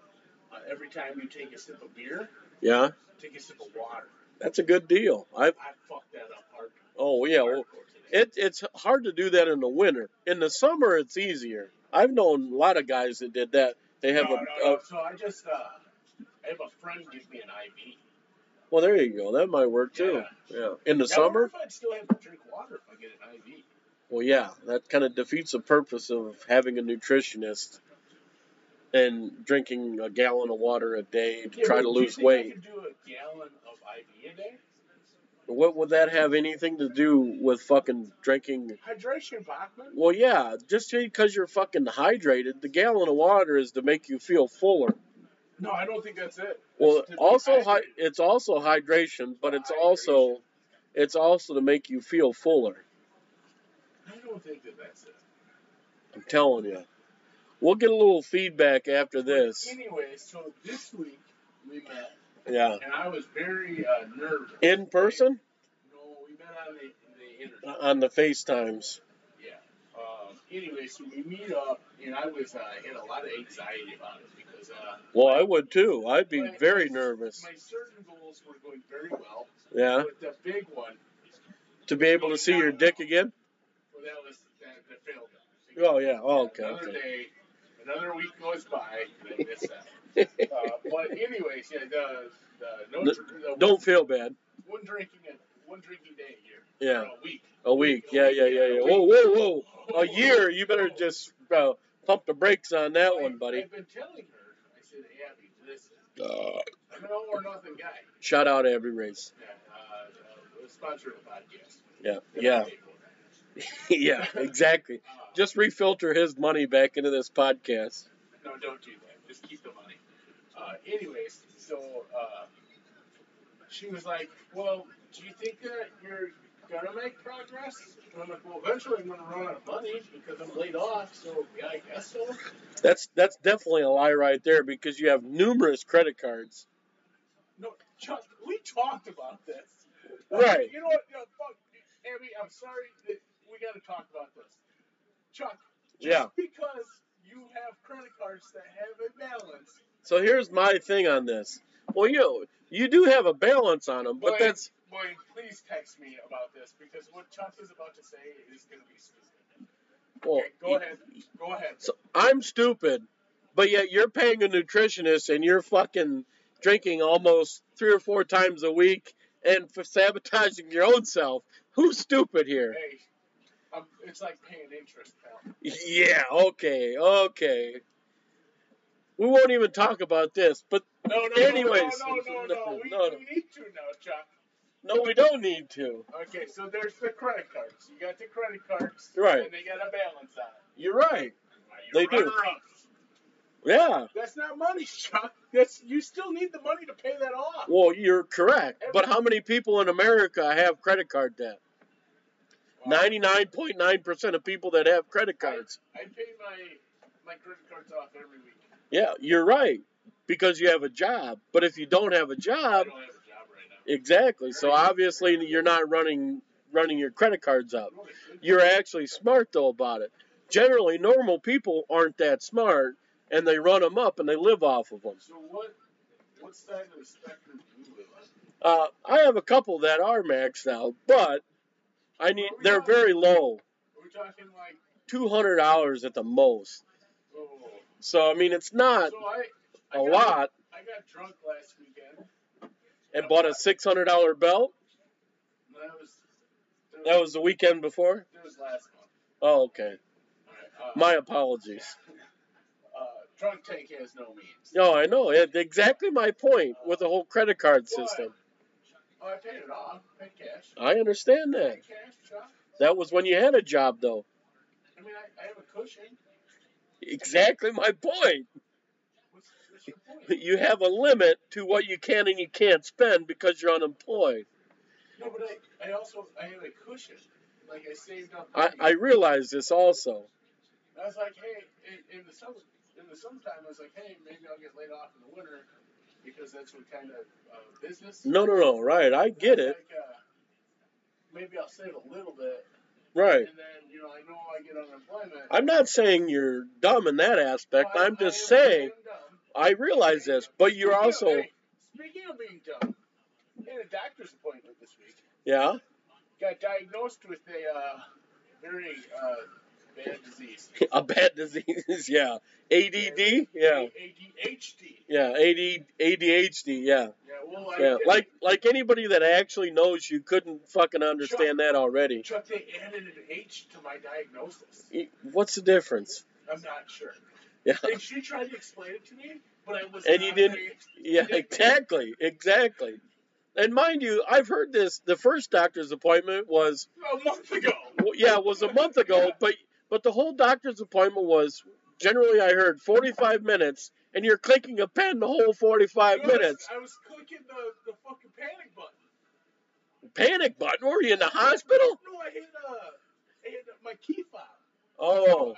S2: uh, every time you take a sip of beer,
S1: Yeah,
S2: take a sip of water.
S1: that's a good deal. I
S2: I fucked that up hard.
S1: oh yeah, well,
S2: hardcore today.
S1: it, it's hard to do that in the winter. In the summer, it's easier. I've known a lot of guys that did that. They have a,
S2: no, no, no.
S1: a
S2: So I just, uh, I have a friend give me an IV.
S1: well, there you go. That might work too. Yeah, in the
S2: Now, I wonder
S1: summer.
S2: if I'd still have to drink water if I get an IV.
S1: Well, yeah, that kind of defeats the purpose of having a nutritionist and drinking a gallon of water a day to
S2: Yeah,
S1: try
S2: but
S1: to
S2: do you
S1: lose
S2: think I
S1: weight.
S2: could do a gallon of IV a day?
S1: What would that have anything to do with fucking drinking?
S2: Hydration, Bachman.
S1: Well, yeah, just because you're fucking hydrated, the gallon of water is to make you feel fuller.
S2: No, I don't think that's it.
S1: Well,
S2: It's to be
S1: also hy-
S2: hydrated.
S1: it's also hydration, but it's also it's also to make you feel fuller.
S2: I don't think that that's it.
S1: I'm telling you. We'll get a little feedback after this.
S2: Anyway, so this week we met,
S1: Yeah.
S2: and I was very uh, nervous.
S1: In person
S2: No, we met on the, the internet.
S1: on the FaceTimes.
S2: Yeah. Um, anyway, so we meet up, and I was uh, had a lot of anxiety about it because uh,
S1: Well, I would too. I'd be very nervous.
S2: my certain goals were going very well,
S1: Yeah.
S2: but the big one,
S1: To be able to see your dick again?
S2: well, that was that, that failed.
S1: Oh yeah. Oh, okay.
S2: another
S1: okay.
S2: day, another week goes by, and I miss that. uh, but anyways, yeah, the, the, no,
S1: No,
S2: dr- the
S1: Don't
S2: one,
S1: feel bad.
S2: one drinking a, one drinking day a year.
S1: Yeah.
S2: or a week.
S1: A week. Yeah, yeah, yeah, yeah. Whoa, whoa, whoa. A year. You better just uh, pump the brakes on that one, buddy. Uh,
S2: I've been telling her. I said, Abby, listen, I'm an all or nothing guy.
S1: Shout out every race.
S2: Yeah, uh, uh, sponsor of the podcast.
S1: Yeah,
S2: That
S1: yeah,
S2: I pay for.
S1: yeah. Exactly.
S2: Uh,
S1: Just refilter his money back into this podcast.
S2: no, don't do that. Just keep the money. Uh, anyways, so uh, she was like, "Well, do you think that you're gonna make progress?" And I'm like, "Well, eventually I'm gonna run out of money because I'm laid off. So yeah, I guess so."
S1: That's that's definitely a lie right there because you have numerous credit cards.
S2: No, Chuck, we talked about this.
S1: Right.
S2: You know what? No, fuck, Abby, I'm sorry. That we got to talk about this. Chuck, just
S1: Yeah.
S2: because you have credit cards that have a balance,
S1: So here's my thing on this. Well, you you do have a balance on them, but
S2: Blaine,
S1: that's
S2: Blaine, please text me about this because what Chuck is about to say is going to be stupid.
S1: well.
S2: okay, go ahead. Go ahead.
S1: So I'm stupid, but yet you're paying a nutritionist and you're fucking drinking almost three or four times a week and for sabotaging your own self. Who's stupid here?
S2: Hey, I'm, it's like paying interest, pal.
S1: Yeah, okay, okay. We won't even talk about this, but
S2: No, no, no,
S1: Anyways.
S2: no, no, no, no. We,
S1: No, no.
S2: we need to now, Chuck.
S1: no, we don't need to.
S2: Okay, so there's the credit cards. You got the credit cards.
S1: Right.
S2: And they got a balance on it.
S1: You're right. They
S2: You're
S1: do.
S2: runner-up.
S1: Yeah.
S2: That's not money, Chuck. That's you still need the money to pay that off.
S1: Well, you're correct. But how many people in America have credit card debt? 99.9% of people that have credit cards.
S2: I pay my my credit cards off every week.
S1: Yeah, you're right. Because you have a job. But if you don't have a
S2: I
S1: job,
S2: don't have a job right now.
S1: exactly. So obviously you're not running running your credit cards up.
S2: Really, good.
S1: You're actually smart though about it. Generally, normal people aren't that smart and they run them up and they live off of them.
S2: So what what side of the spectrum do you live on?
S1: Uh, I have a couple that are maxed out, but I need they're very low,
S2: We're talking like
S1: two hundred dollars at the most.
S2: oh
S1: So I mean, it's not
S2: so I, I
S1: a
S2: got,
S1: lot.
S2: I got drunk last weekend.
S1: And bought a six hundred dollar belt.
S2: And that was that
S1: That was the weekend before.
S2: that was last month.
S1: Oh, okay.
S2: All right, uh,
S1: My apologies.
S2: uh, drunk tank has no means.
S1: No, I know. It's exactly my point with the whole credit card system.
S2: Oh, I paid it off. Paid cash.
S1: I understand that.
S2: Paid cash, Chuck.
S1: That was when you had a job, though.
S2: I mean, I, I have a cushion.
S1: Exactly my point.
S2: What's, what's your point?
S1: You have a limit to what you can and you can't spend because you're unemployed.
S2: No, but I, I also I have a cushion. Like I saved up.
S1: I,
S2: money.
S1: I realize this also.
S2: I was like, hey, in, in the summer, in the summertime, I was like, hey, maybe I'll get laid off in the winter because that's what kind of uh, business.
S1: No, no, no. Right. I get
S2: I was
S1: it.
S2: Like, uh, maybe I'll save a little bit,
S1: Right.
S2: and then you know I know I get unemployment.
S1: I'm not saying you're dumb in that aspect.
S2: Well, I-
S1: I'm
S2: I
S1: just
S2: am- I
S1: saying
S2: am dumb.
S1: I realize this, but you're
S2: Speaking of-
S1: also
S2: hey, speaking of being dumb, I had a doctor's appointment this week.
S1: yeah.
S2: Got diagnosed with a uh, very uh, bad disease.
S1: A bad disease, yeah. ADD, yeah,
S2: ADHD.
S1: yeah. AD, ADHD, yeah,
S2: Yeah, well, I
S1: yeah.
S2: did-
S1: Like like anybody that actually knows, you couldn't fucking understand that already.
S2: Chuck, they added an H to my diagnosis.
S1: E- What's the difference?
S2: I'm not sure.
S1: Yeah,
S2: And she tried to explain it to me, but I was
S1: And
S2: not
S1: you didn't-
S2: very-
S1: yeah. Exactly, exactly. And mind you, I've heard this. The first doctor's appointment was
S2: a month ago.
S1: Well, yeah, it was a month ago, but but the whole doctor's appointment was generally I heard 45 minutes, and you're clicking a pen the whole 45
S2: I was-
S1: minutes.
S2: I was clicking the, the fucking panic button.
S1: Panic button? Were you in the hospital?
S2: No, I hit uh, I hit my key fob.
S1: Oh,
S2: I, I know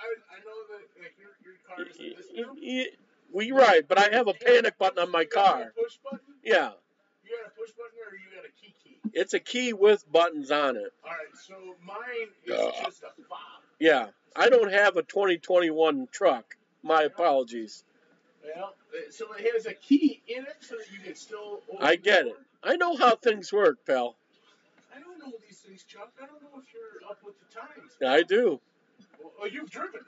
S2: that like, your your car is in this room.
S1: we right, but I have a panic button on my
S2: You got a
S1: car.
S2: Push button?
S1: Yeah,
S2: You got a push button or you got a key key?
S1: it's a key with buttons on it.
S2: All right, so mine is
S1: Ugh.
S2: just a fob.
S1: Yeah, I don't have a 2021 truck. My apologies.
S2: Well, uh, so it has a key in it so that you can still. Open
S1: I
S2: the
S1: get it.
S2: door?
S1: I know how things work, pal.
S2: I don't know these things, Chuck. I don't know if you're up with the times.
S1: I do.
S2: Well, oh, you've driven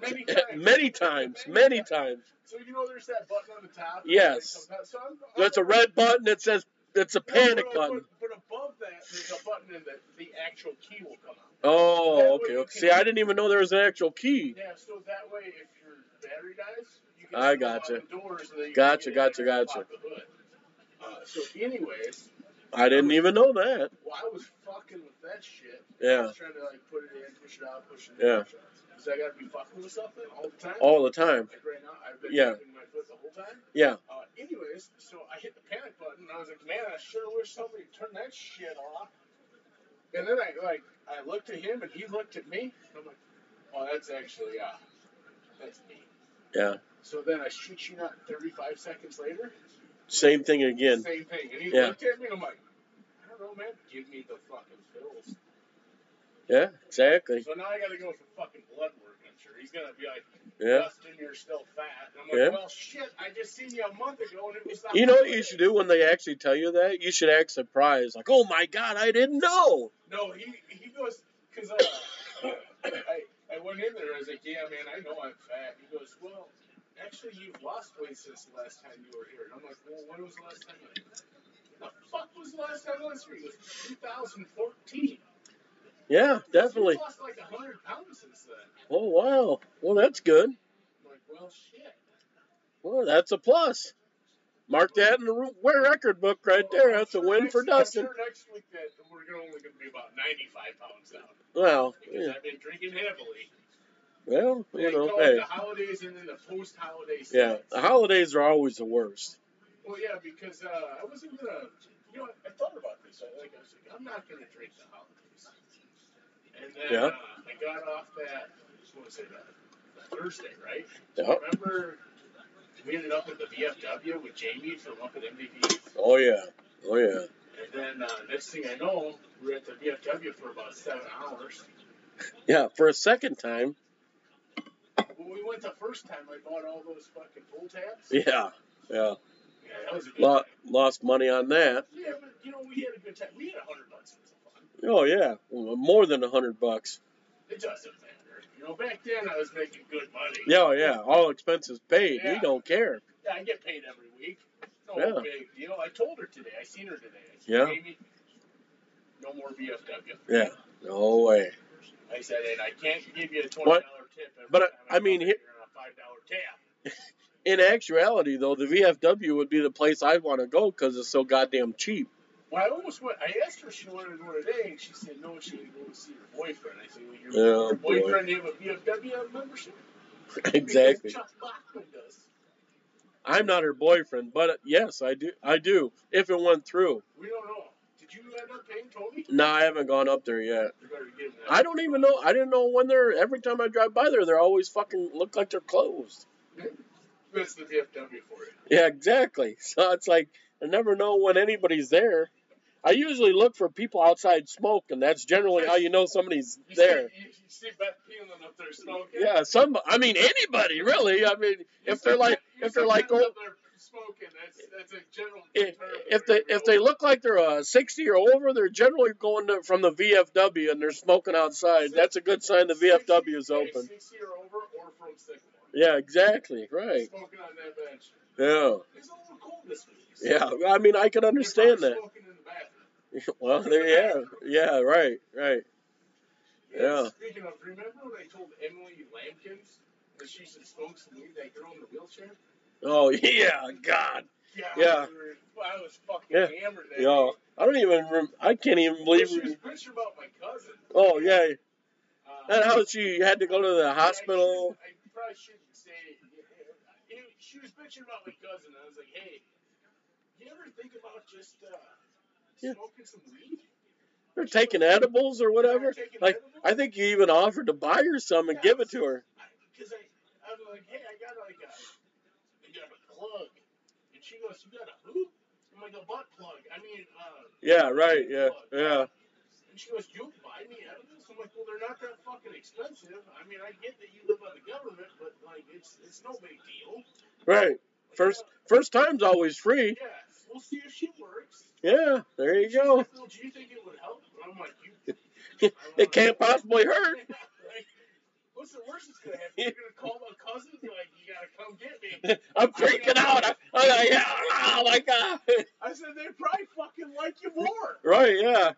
S2: many times.
S1: Many times, many times.
S2: So you know there's that button on the top. that
S1: Yes.
S2: comes out. So I'm- I'm-
S1: That's a red button that says it's a
S2: No,
S1: panic
S2: but-
S1: button.
S2: But, but above that, there's a button and the, the actual key will come out.
S1: Oh, okay. okay. See, I didn't even know there was an actual key.
S2: Yeah, so that way, if your battery dies, you can
S1: I
S2: still lock
S1: gotcha.
S2: the doors and then you
S1: Gotcha,
S2: can
S1: gotcha,
S2: get in and
S1: gotcha.
S2: pop the hood. Uh, so, anyways,
S1: I didn't even know that.
S2: well, I was fucking with that shit. I
S1: Yeah,
S2: was trying to like put it in, push it out, push it in.
S1: Yeah.
S2: Because I gotta be fucking with something all the time.
S1: all the time.
S2: Like right now, I've been
S1: Yeah.
S2: tapping my foot the whole time.
S1: Yeah.
S2: Uh, anyways, so I hit the panic button and I was like, man, I sure wish somebody would turn that shit off. And then I like I looked at him and he looked at me. And I'm like, oh, that's actually uh, that's me.
S1: Yeah.
S2: So then I shoot you not 35 seconds later.
S1: Same thing again.
S2: Same thing. And he
S1: Yeah.
S2: looked at me and I'm like, I don't know, man. Give me the fucking pills.
S1: Yeah, exactly.
S2: So now I gotta go for fucking blood work. I'm sure he's gonna be like,
S1: Yeah.
S2: Dustin, you're still fat. And I'm
S1: Yeah.
S2: like, well, shit, I just seen you a month ago and it was not
S1: You know what
S2: funny."
S1: you should do when they actually tell you that? You should act surprised, like, "Oh my God, I didn't know."
S2: No, he he goes because uh, I I went in there. I was like, yeah, man, I know I'm fat. He goes, well, actually, you've lost weight since the last time you were here. And I'm like, well, when was the last time? I- The fuck was the last time I was here? He goes, 2014.
S1: Yeah, definitely.
S2: You lost like 100 pounds since then.
S1: Oh wow. Well, that's good.
S2: I'm like, well, shit.
S1: Well, that's a plus. Mark that in the re- record book right there. That's a win for Dustin.
S2: I'm sure next week that we're gonna only going to be about 95 pounds down
S1: Well,
S2: because
S1: yeah.
S2: I've been drinking heavily.
S1: well, you
S2: Like,
S1: know,
S2: going
S1: hey,
S2: The holidays and then the post-holiday.
S1: yeah.
S2: snacks.
S1: The holidays are always the worst.
S2: Well, yeah, because uh, I wasn't gonna. You know, I thought about this. I, like, I was like, I'm not gonna drink the holidays. And then
S1: Yeah.
S2: uh, I got off that. What was it? Uh, Thursday, right?
S1: Yeah.
S2: Remember, we ended up at the VFW with Jamie for Lumpin' MVP,
S1: Oh yeah. Oh yeah.
S2: and then uh, next thing I know, we we're at the VFW for about seven hours.
S1: Yeah, for a second time.
S2: When we went the first time, I bought all those fucking pull tabs.
S1: Yeah. Yeah.
S2: Yeah, that was a good.
S1: Lo-
S2: time.
S1: lost money on that.
S2: Yeah, but you know, we had a good time. We had a hundred bucks. It was fun.
S1: Oh yeah. More than a hundred bucks.
S2: It doesn't matter. You know, back then I was making good money.
S1: Yeah, oh, yeah. All expenses paid. We
S2: Yeah.
S1: don't care.
S2: Yeah, I get paid every week. No
S1: Yeah.
S2: big deal. I told her today. I seen her today. I said,
S1: Yeah.
S2: Amy, no more VFW.
S1: Yeah. No way.
S2: I said, and I can't give you a twenty dollar
S1: What?
S2: tip. Every
S1: But I-
S2: time
S1: I mean,
S2: you're
S1: here-
S2: on a five dollar tab.
S1: In actuality, though, the VFW would be the place I'd want to go because it's so goddamn cheap.
S2: Well, I almost went. I asked her if she wanted to go today, and she said no. She didn't go to see her boyfriend. I said, well, your,
S1: Yeah,
S2: your
S1: boy.
S2: boyfriend have a VFW membership?
S1: exactly.
S2: Because Chuck Bachman does.
S1: I'm not her boyfriend, but uh, yes, I do. I do. If it went through.
S2: We don't know. Did you end up paying Tony?
S1: No, I haven't gone up there yet.
S2: You better give him that.
S1: I don't even know. I didn't know when they're. Every time I drive by there, they're always fucking look like they're closed.
S2: That's the VFW for you.
S1: Yeah, exactly. So it's like I never know when anybody's there. I usually look for people outside smoke, and that's generally how you know somebody's
S2: You
S1: there.
S2: See, you, you see Beth Peeling up there smoking.
S1: Yeah, some. I mean, anybody really. I mean,
S2: You
S1: if
S2: see
S1: they're like,
S2: Beth- you
S1: if
S2: see
S1: they're like,
S2: Beth
S1: oh,
S2: up there smoking. That's that's a general.
S1: if,
S2: term
S1: if
S2: for
S1: they if they look like they're uh, 60 or over, they're generally going to, from the VFW and they're smoking outside. That's a good sign the VFW is
S2: 60
S1: open.
S2: Sixty or over, or from Sycamore.
S1: Yeah, exactly. Right.
S2: Smoking on that bench.
S1: Yeah.
S2: It's a little cold this week.
S1: Yeah. I mean, I can
S2: They're
S1: understand
S2: probably
S1: that.
S2: Smoking in the bathroom.
S1: well, there you are. Yeah. Right. Right. Yeah.
S2: Speaking of, remember when I told Emily Lampkins that she should smoke some weed? That girl in the wheelchair.
S1: Oh yeah. God. Yeah.
S2: we were- I was fucking
S1: Yeah.
S2: hammered that
S1: Yeah.
S2: day.
S1: I don't even. Rem- I can't even
S2: But
S1: believe.
S2: She was
S1: We-
S2: bitching about my cousin.
S1: oh yeah.
S2: Uh,
S1: And how she had to go to the hospital.
S2: I, shouldn't- I probably shouldn't say it. It- it- She was bitching about my cousin. I was like, hey, you ever think about just uh,
S1: Yeah.
S2: smoking some weed?
S1: They're taking edibles or whatever.
S2: Taking
S1: Like
S2: edibles?
S1: I think you even offered to buy her some and give it to her.
S2: Because I, I was like, hey, I got like a, I got a plug. And she goes, you got a who? I'm like, a butt plug. I mean, uh,
S1: Yeah. Right. Yeah. Yeah.
S2: and she goes, you buy me edibles? I'm like, well, they're not that fucking expensive. I mean, I get that you live on the government, but like, it's it's no big deal.
S1: Right. First first time's always free.
S2: Yeah, we'll see if she works.
S1: Yeah. There you
S2: She's
S1: go.
S2: like, well, do you think it would help? And I'm like, you.
S1: It can't possibly hurt.
S2: Like, What's the worst that's gonna happen? You're gonna call my cousin and be like, you gotta come get me.
S1: I'm freaking out. I, I'm like, oh my god.
S2: I said they probably fucking like you more.
S1: Right. Yeah.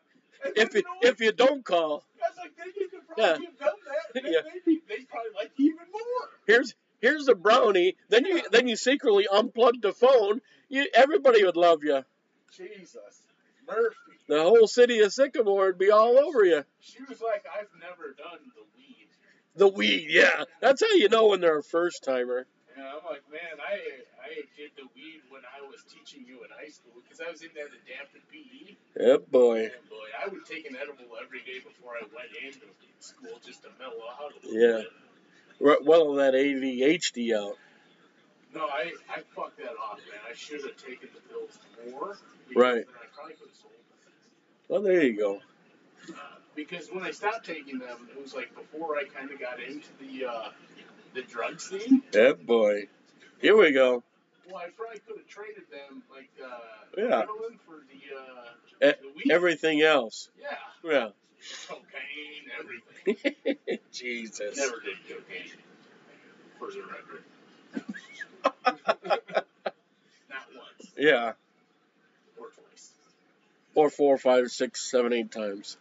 S2: And
S1: If
S2: you
S1: you,
S2: know what?
S1: if you don't call,
S2: I was like, then you could probably have done that. Then
S1: Yeah.
S2: maybe they probably like you even more.
S1: here's here's a brownie. Then you then you secretly unplug the phone. You everybody would love you.
S2: Jesus, Murphy.
S1: The whole city of Sycamore would be all over you.
S2: She was like, I've never done the weed.
S1: The weed, yeah. That's how you know when they're a first timer.
S2: And I'm like, man, I I did the weed when I was teaching you in high school because I was in that adapted PE.
S1: Yeah, boy.
S2: And boy, I would take an edible every day before I went into school just to mellow out a little
S1: Yeah.
S2: bit.
S1: R- Well, that ADHD out.
S2: No, I, I fucked that off, man. I should have taken the pills more. because
S1: Right.
S2: then I probably could have sold them.
S1: Well, there you go.
S2: Because when I stopped taking them, it was like before I kind of got into the uh, the drug scene.
S1: Yeah, boy. Here we go.
S2: Well, I probably could have traded them like uh,
S1: Yeah.
S2: heroin for the uh,
S1: E-
S2: the weed.
S1: Everything else.
S2: yeah,
S1: Yeah.
S2: cocaine, everything.
S1: Jesus.
S2: Never did cocaine. For the record, not once
S1: Yeah.
S2: or twice.
S1: Or four, five, six, seven, eight times.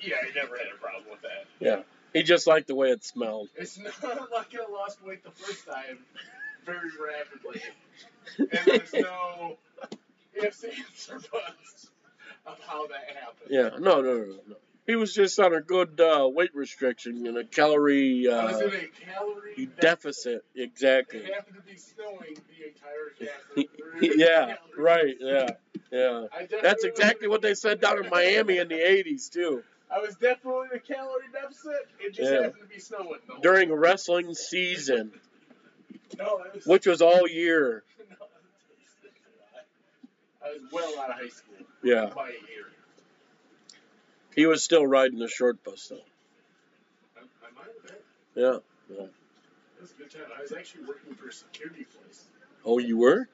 S2: Yeah, I never had a problem with that.
S1: He just liked the way it smelled.
S2: It's not like I lost weight the first time very rapidly. And there's no ifs, ands, or buts of how that happened.
S1: Yeah. No, no, no, no. He was just on a good uh, weight restriction and a calorie
S2: I was
S1: uh,
S2: in a calorie
S1: deficit. Exactly.
S2: It happened to be snowing the entire cafeteria.
S1: Yeah. Right. Yeah. Yeah.
S2: I definitely
S1: That's
S2: was
S1: exactly what they said down in Miami in the 80s, too.
S2: I was definitely in a calorie deficit. It just
S1: Yeah.
S2: happened to be snowing. though.
S1: During wrestling season,
S2: No, it was,
S1: which was all year.
S2: no, it was- I was well out of high school
S1: Yeah.
S2: by a year.
S1: He was still riding the short bus, though.
S2: I, I might have been.
S1: Yeah.
S2: It was a good time. I was actually working for a security place
S1: Oh, you were?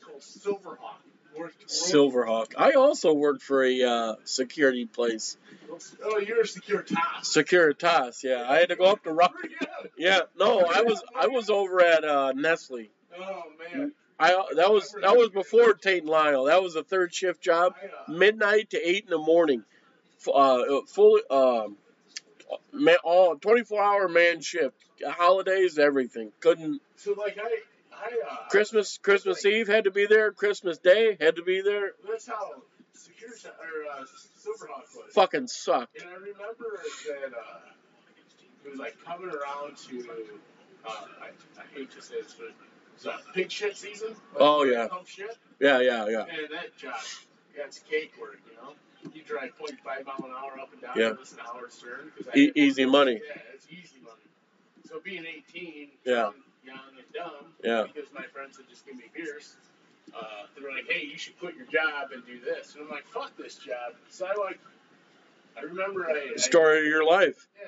S2: called Silverhawk. Worked
S1: Silverhawk. I also worked for a uh, security place.
S2: Oh, you're a secure top.
S1: Securitas, yeah. I had to go up to Rock. Yeah, no, I was I was over at uh, Nestle.
S2: Oh man,
S1: I that was that was before Tate and Lyle. That was a third shift
S2: I,
S1: job,
S2: uh,
S1: midnight to eight in the morning, F- uh, full um, ma all twenty four hour man shift, holidays, everything. Couldn't
S2: so like I, I uh,
S1: Christmas Christmas Eve had to be there, Christmas Day had to be there.
S2: That's how secure top or uh, Silverhawk was.
S1: Fucking sucked.
S2: And I remember that uh, it was like coming around to. Uh, I, I hate to say this, but it's uh, big shit season. Like,
S1: Oh, yeah.
S2: pump shit.
S1: Yeah, yeah, yeah.
S2: Man, that job, that's cake work, you know? You drive 0.5 mile an hour up and down,
S1: Yeah.
S2: it's an hour's turn. 'cause I
S1: E-
S2: didn't-
S1: easy money.
S2: Yeah, it's easy money. So being 18,
S1: Yeah.
S2: young and dumb,
S1: Yeah.
S2: because my friends would just give me beers, uh, they're like, hey, you should quit your job and do this. And I'm like, fuck this job. So I like, I remember I, I
S1: Story of your life.
S2: yeah,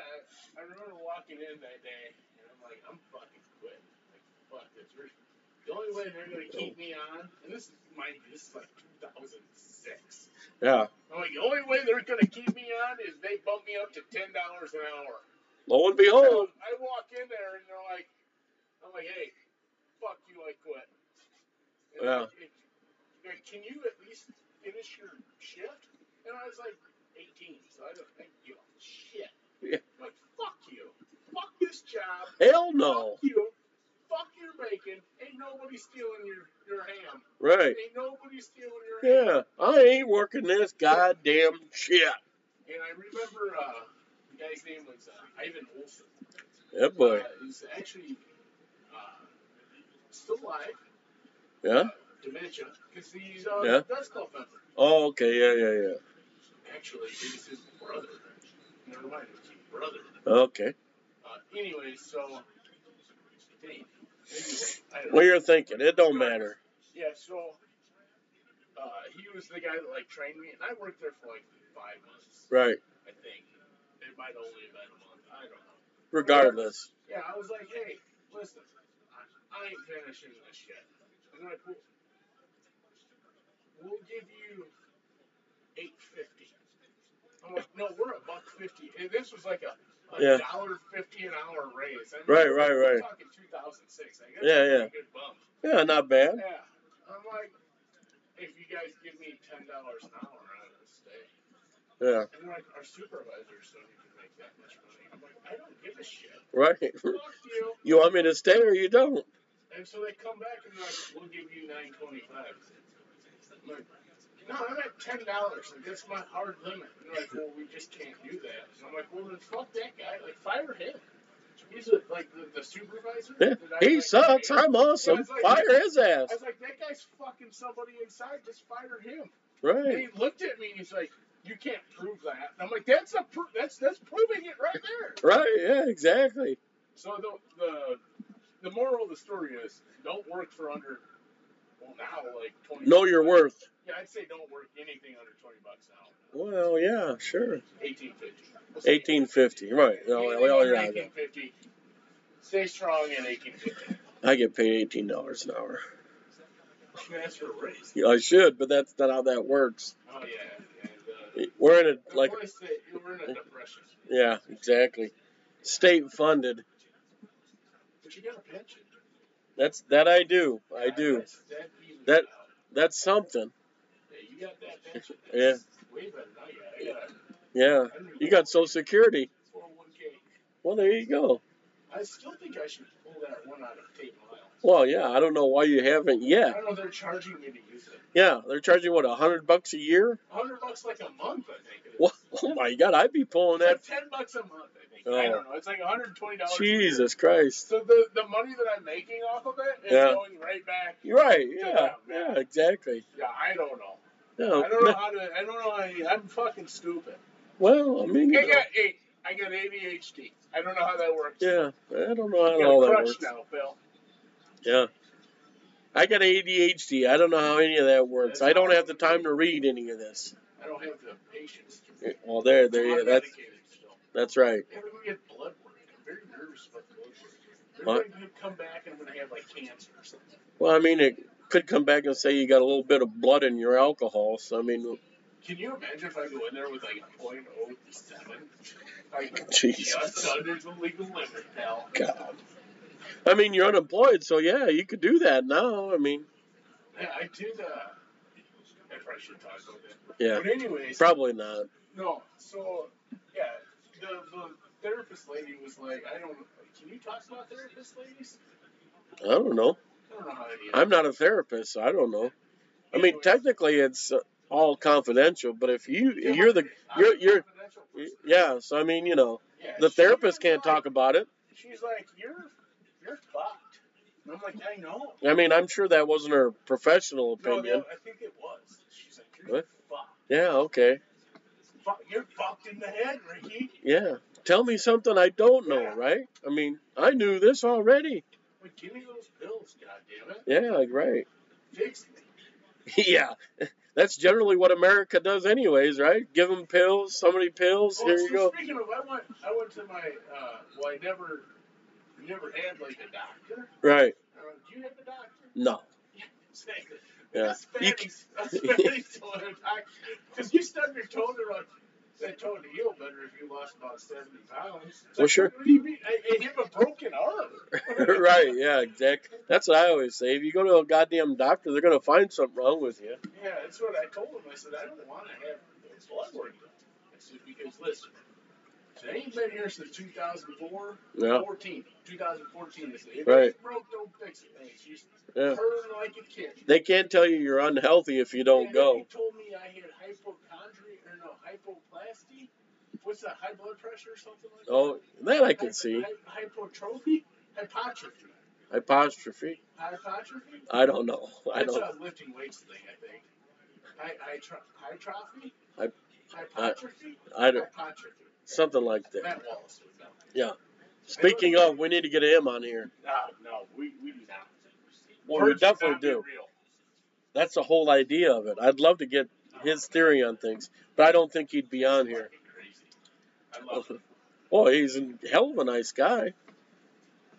S2: I, I remember walking in that day, and I'm like, I'm fucking quitting. Like, fuck this. We're, the only way they're gonna keep me on, and this is my, this is like 2006.
S1: Yeah.
S2: I'm like, the only way they're gonna keep me on is they bump me up to ten dollars an hour.
S1: Lo and behold,
S2: I walk in there, and they're like, I'm like, hey, fuck you, I quit. And
S1: Yeah.
S2: they're like, "Hey, Can you at least finish your shift? And I was like, 18, so I don't think you shit.
S1: Yeah.
S2: I'm like, fuck you. Fuck this job.
S1: hell no.
S2: Fuck you. Fuck your bacon. Ain't nobody stealing your, your ham.
S1: Right.
S2: Ain't nobody stealing your ham.
S1: Yeah. I ain't working this goddamn shit.
S2: And I remember uh, the guy's name was uh, Ivan Olson.
S1: Yeah, boy.
S2: Uh, he's actually uh, still alive.
S1: Yeah.
S2: Dementia. Because he's uh,
S1: Yeah.
S2: that's called member.
S1: Oh, okay. Yeah, yeah, yeah.
S2: Actually, it was his brother. Never mind, it was his brother.
S1: Okay.
S2: Uh, anyway, so. Dang. Anyway, I don't know.
S1: What you're thinking? It don't matter.
S2: Yeah, so. Uh, he was the guy that like trained me, and I worked there for like five months,
S1: Right.
S2: I think. It might only have been a month. I don't know.
S1: Regardless.
S2: Yeah, I was like, hey, listen, I, I ain't finishing this shit. And they're like, we'll, we'll give you eight fifty. I'm like, no, we're a buck fifty. And this was like a,
S1: Yeah.
S2: a dollar fifty an hour raise. I mean,
S1: Right, right,
S2: we're
S1: right.
S2: Talking 2006. Like, that's
S1: Yeah,
S2: a pretty
S1: yeah.
S2: Good bump.
S1: Yeah, not bad.
S2: Yeah. I'm like, if you guys give me ten dollars an hour, I will stay.
S1: Yeah.
S2: And they're like, our supervisors don't even make that much money. I'm like, I don't give a shit.
S1: Right.
S2: Fuck you.
S1: You want me to stay or you don't?
S2: And so they come back and they're like, we'll give you nine twenty five. Like, no, I'm at ten dollars. Like, that's my hard limit. And they're like, well, we just can't do that. And I'm like, well, then fuck that guy. Like, fire him. He's a, like the, the supervisor.
S1: Yeah.
S2: that I,
S1: He
S2: like,
S1: sucks.
S2: hated.
S1: I'm awesome. Fire his
S2: I
S1: ass.
S2: was like, that guy's fucking somebody inside. Just fire him. And
S1: Right.
S2: he looked at me and he's like, you can't prove that. And I'm like, that's a pro- that's that's proving it right there.
S1: Right. Yeah. Exactly.
S2: So the, the the moral of the story is don't work for under well now like twenty.
S1: Know your
S2: bucks.
S1: worth.
S2: Yeah, I'd say don't work anything under twenty bucks an hour.
S1: Well, yeah, sure.
S2: Eighteen fifty.
S1: Eighteen fifty. Right. Oh, yeah, well, yeah, yeah.
S2: Eighteen fifty. Stay strong in eighteen fifty.
S1: I get paid eighteen dollars an hour.
S2: That's for a raise.
S1: Yeah, I should, but that's not how that works.
S2: Oh yeah, and uh,
S1: We're in
S2: the
S1: a like
S2: place that you were in a depression,
S1: yeah, exactly. State funded.
S2: but you got a pension.
S1: That's that I do. I
S2: Yeah,
S1: do.
S2: that's- That evens
S1: That-
S2: it out.
S1: That's something.
S2: Yeah, you got that pension.
S1: Yeah.
S2: Way better than I got. I got.
S1: Yeah. You got Social Security.
S2: Four hundred one k.
S1: Well, there you go.
S2: I still think I should pull that one out of Tate Mile.
S1: Well, yeah. I don't know why you haven't
S2: I
S1: yet.
S2: don't know, they're charging me to use it.
S1: Yeah, they're charging what a hundred bucks a year.
S2: 100 bucks like a month, I think. It is.
S1: Wha- Oh my God, I'd be pulling
S2: It's like
S1: that.
S2: 10 bucks a month, I think. I
S1: Oh.
S2: don't know. It's like $120. a year.
S1: Jesus Christ.
S2: So the, the money that I'm making off of it is
S1: Yeah.
S2: going right back.
S1: You're right. Yeah. Yeah. Exactly.
S2: Yeah, I don't know.
S1: Oh, No.
S2: I don't know how to. I don't know. How, I'm fucking stupid.
S1: Well, I mean, you
S2: I
S1: know,
S2: got eight. I got ADHD. I don't know how that works.
S1: yeah. I don't know
S2: I
S1: how
S2: got
S1: all
S2: a
S1: that
S2: crutch
S1: works.
S2: now, Phil.
S1: Yeah. I got ADHD. I don't know how any of that works. I don't have the time to read any of this.
S2: I don't have the patience. to-
S1: Well, there, there,
S2: I'm
S1: yeah, that's
S2: medicated still.
S1: that's right.
S2: Yeah, we're gonna get blood work. I'm very nervous about blood work.
S1: What?
S2: They're gonna come back and I'm gonna have like cancer or something.
S1: Well, I mean, it could come back and say you got a little bit of blood in your alcohol. So I mean,
S2: Can you imagine if I go in there with like a point oh seven? Like just
S1: Jesus,
S2: under the legal limit, pal.
S1: God. I mean, you're unemployed, so yeah, you could do that now. I mean,
S2: Yeah, I did. Uh, I probably should talk about that.
S1: yeah,
S2: But anyways,
S1: probably not.
S2: no. So yeah, the, the therapist lady was like, I don't. Can you talk about therapist ladies?
S1: I don't know.
S2: I don't know how any of
S1: I'm not a therapist, so I don't know. I mean,
S2: Anyways,
S1: technically, it's uh, all confidential, but if you
S2: yeah,
S1: you're the
S2: I'm
S1: you're-
S2: a
S1: you're-
S2: confidential person.
S1: yeah, so I mean, you know,
S2: Yeah,
S1: the
S2: she
S1: therapist
S2: was
S1: can't
S2: like-
S1: talk about it.
S2: She's like, "You're you're fucked." And I'm like, "I know."
S1: I mean, I'm sure that wasn't her professional
S2: No,
S1: opinion.
S2: no, I think it was. She's like, "You're
S1: What?
S2: fucked.
S1: Yeah, okay.
S2: Fuck, you're fucked in the head, Ricky."
S1: Yeah. Tell me something I don't know,
S2: Yeah.
S1: right? I mean, I knew this already.
S2: I'm like, give me those pills, goddammit.
S1: Yeah, right.
S2: Fix me.
S1: yeah, that's generally what America does, anyways, right? Give them pills, so many pills.
S2: Oh,
S1: here
S2: so
S1: you go.
S2: Speaking of, I went, I went to my, uh, well, I never, never had like a doctor.
S1: Right?
S2: I went, Do you have a doctor?
S1: No.
S2: Say,
S1: Yeah.
S2: That's
S1: You
S2: Fanny's. That's Fanny's told her doctor. Because you stubbed your toe to like, that toe to heal better if you lost about 70 pounds. It's
S1: Well,
S2: like,
S1: sure.
S2: What do you mean? I, I have a broken arm.
S1: right? Yeah, exactly. That's what I always say. If you go to a goddamn doctor, they're gonna find something wrong with you.
S2: Yeah, that's what I told him. I said, I don't want to have the blood work. I said, because listen, they ain't been here since 2004,
S1: Yeah.
S2: 14, 2014. They said, if
S1: Right.
S2: it ain't broke, don't fix it. And she's
S1: Yeah.
S2: purring like a kid.
S1: They can't tell you you're unhealthy if you don't
S2: And
S1: go.
S2: He told me I had hypochondria or no, hypoplasty. What's that, high blood pressure or something like
S1: Oh,
S2: that?
S1: that I
S2: Hy-
S1: can see.
S2: hy- hypertrophy? Hypotrophy.
S1: Apostrophe.
S2: Hypotrophy?
S1: I don't know. I
S2: That's
S1: don't.
S2: a lifting weights thing, I think. I, I, tro- I trophy?
S1: I-
S2: Hypotrophy?
S1: I don't.
S2: Hypotrophy.
S1: Something like that.
S2: Matt Wallace would know.
S1: Speaking of, we need to get him on here.
S2: No, no, we, we do not.
S1: Well, we
S2: Words should
S1: definitely
S2: not be
S1: do.
S2: real.
S1: That's the whole idea of it. I'd love to get his theory on things, but I don't think he'd be on here.
S2: Fucking crazy. I love it.
S1: Boy, he's a hell of a nice guy.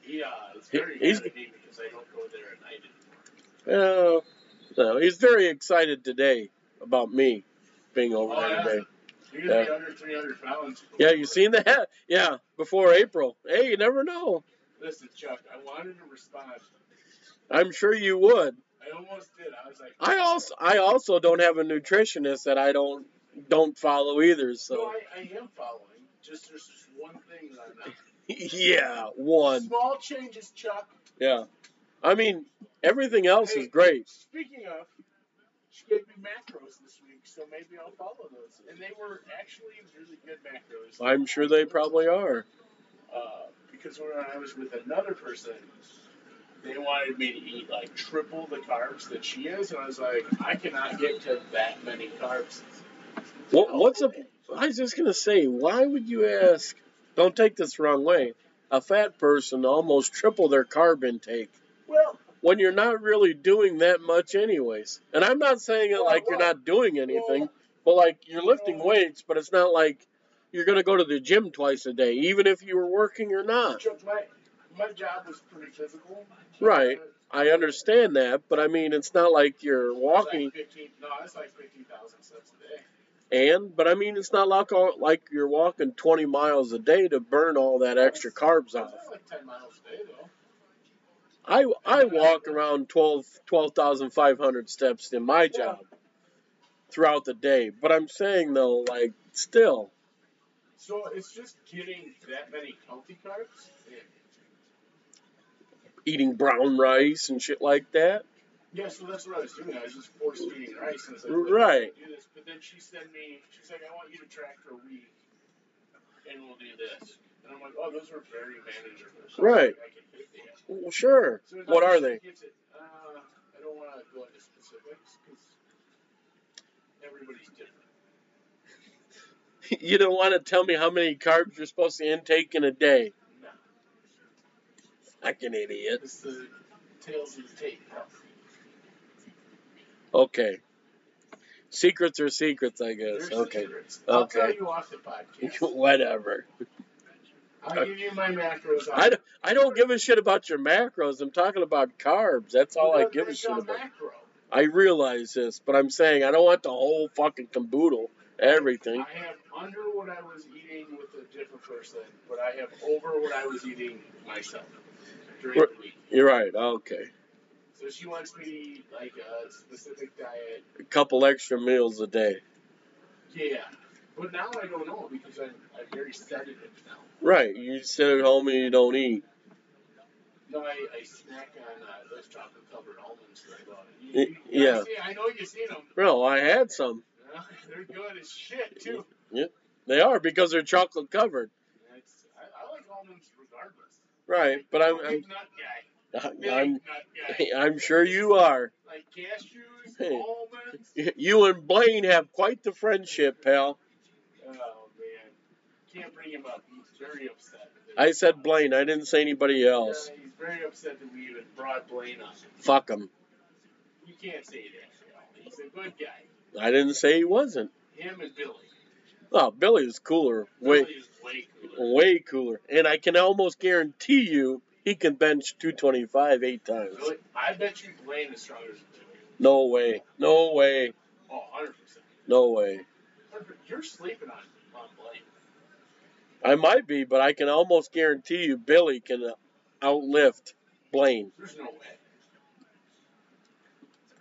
S2: He, uh, is
S1: He-
S2: very
S1: he's-
S2: mad at me because I don't go there at night anymore.
S1: Uh, no, he's very excited today about me being over
S2: Oh,
S1: there
S2: yeah.
S1: today.
S2: You're going to
S1: Yeah.
S2: be under 300 pounds.
S1: Yeah, you seen that? Yeah, before April. Hey, you never know.
S2: Listen, Chuck, I wanted to respond.
S1: I'm sure you would.
S2: I almost did. I was like,
S1: I also I also don't have a nutritionist that I don't don't follow either.
S2: no,
S1: So
S2: I, I am following. Just there's just one thing that I'm not.
S1: yeah, one.
S2: Small changes, Chuck.
S1: Yeah. I mean, everything else is great.
S2: Speaking of, she gave me macros this week, so maybe I'll follow those. And they were actually really good macros.
S1: I'm sure they probably are.
S2: Uh, because when I was with another person, they wanted me to eat like triple the carbs that she is, and I was like, I cannot get to that many carbs.
S1: What what's a I was just gonna say, why would you ask? Don't take this the wrong way. A fat person almost triple their carb intake
S2: Well,
S1: when you're not really doing that much, anyways. And I'm not saying it like you're not doing anything, but like you're lifting weights, but it's not like you're gonna go to the gym twice a day, even if you were working or not.
S2: Chuck, my my job was pretty physical.
S1: Right. I understand that, but I mean, it's not like you're
S2: It's
S1: walking
S2: Like 15, no, it's like fifteen thousand steps a day.
S1: and, but I mean, it's not like all- like you're walking 20 miles a day to burn all that extra carbs
S2: It's not
S1: off.
S2: like ten miles a day though.
S1: I, I walk around 12 12,500 steps in my job throughout the day. But I'm saying though, like still,
S2: So it's just getting that many healthy carbs. in.
S1: eating brown rice and shit like that.
S2: Yeah, so that's what I was doing. I was just force feeding rice. And I was like,
S1: Right.
S2: Do this. But then she sent me, she's like, I want you to track for a week and we'll do this. And I'm like, oh, those were very manageable. So
S1: Right.
S2: I can hit that.
S1: Well, sure.
S2: So it's
S1: What
S2: like
S1: are
S2: she
S1: they?
S2: gets it. Uh, I don't want to go into specifics because everybody's different.
S1: You don't want to tell me how many carbs you're supposed to intake in a day.
S2: No.
S1: Fucking idiot.
S2: It's the tails of the tape.
S1: Okay. Secrets are secrets, I guess.
S2: There's
S1: Okay.
S2: secrets. I'll
S1: Okay.
S2: tell you off the podcast.
S1: Whatever.
S2: I'll give you my macros. on
S1: I, d- I don't give a shit about your macros. I'm talking about carbs. That's all I
S2: Well,
S1: give a
S2: that's
S1: shit
S2: a
S1: about.
S2: macro.
S1: I realize this, but I'm saying I don't want the whole fucking caboodle, everything.
S2: I have under what I was eating with a different person, but I have over what I was eating myself during the week.
S1: You're right. Okay.
S2: So she wants me to eat like a specific diet.
S1: A couple extra meals a day.
S2: Yeah. But now I don't know because I'm, I'm very sedative now.
S1: Right. You sit at home and you don't eat.
S2: No, I, I snack on uh, those chocolate covered almonds that I bought. You,
S1: Y-
S2: you, you
S1: yeah.
S2: See, I know you've seen them.
S1: No, I had some.
S2: They're good as shit, too.
S1: They are because they're chocolate covered.
S2: It's, I, I like almonds regardless.
S1: Right. But I'm
S2: big
S1: I'm
S2: nut guy. Big
S1: I'm,
S2: nut guy.
S1: I'm sure you are.
S2: like cashews,
S1: Hey.
S2: almonds.
S1: You and Blaine have quite the friendship, pal.
S2: Oh man, can't bring him up. He's very upset.
S1: I said Blaine. I didn't say anybody
S2: Yeah,
S1: else.
S2: he's very upset that we even brought Blaine up.
S1: Fuck 'em.
S2: You can't say that. a good guy.
S1: I didn't say he wasn't.
S2: Him and Billy.
S1: Oh, Billy is cooler. Way,
S2: Billy is way cooler.
S1: way cooler. And I can almost guarantee you he can bench 225 eight times.
S2: Billy, I bet you Blaine is stronger than Billy.
S1: No way. No way.
S2: Oh, 100 percent.
S1: No way.
S2: You're sleeping on on Blaine.
S1: I might be, but I can almost guarantee you Billy can outlift Blaine.
S2: There's no way.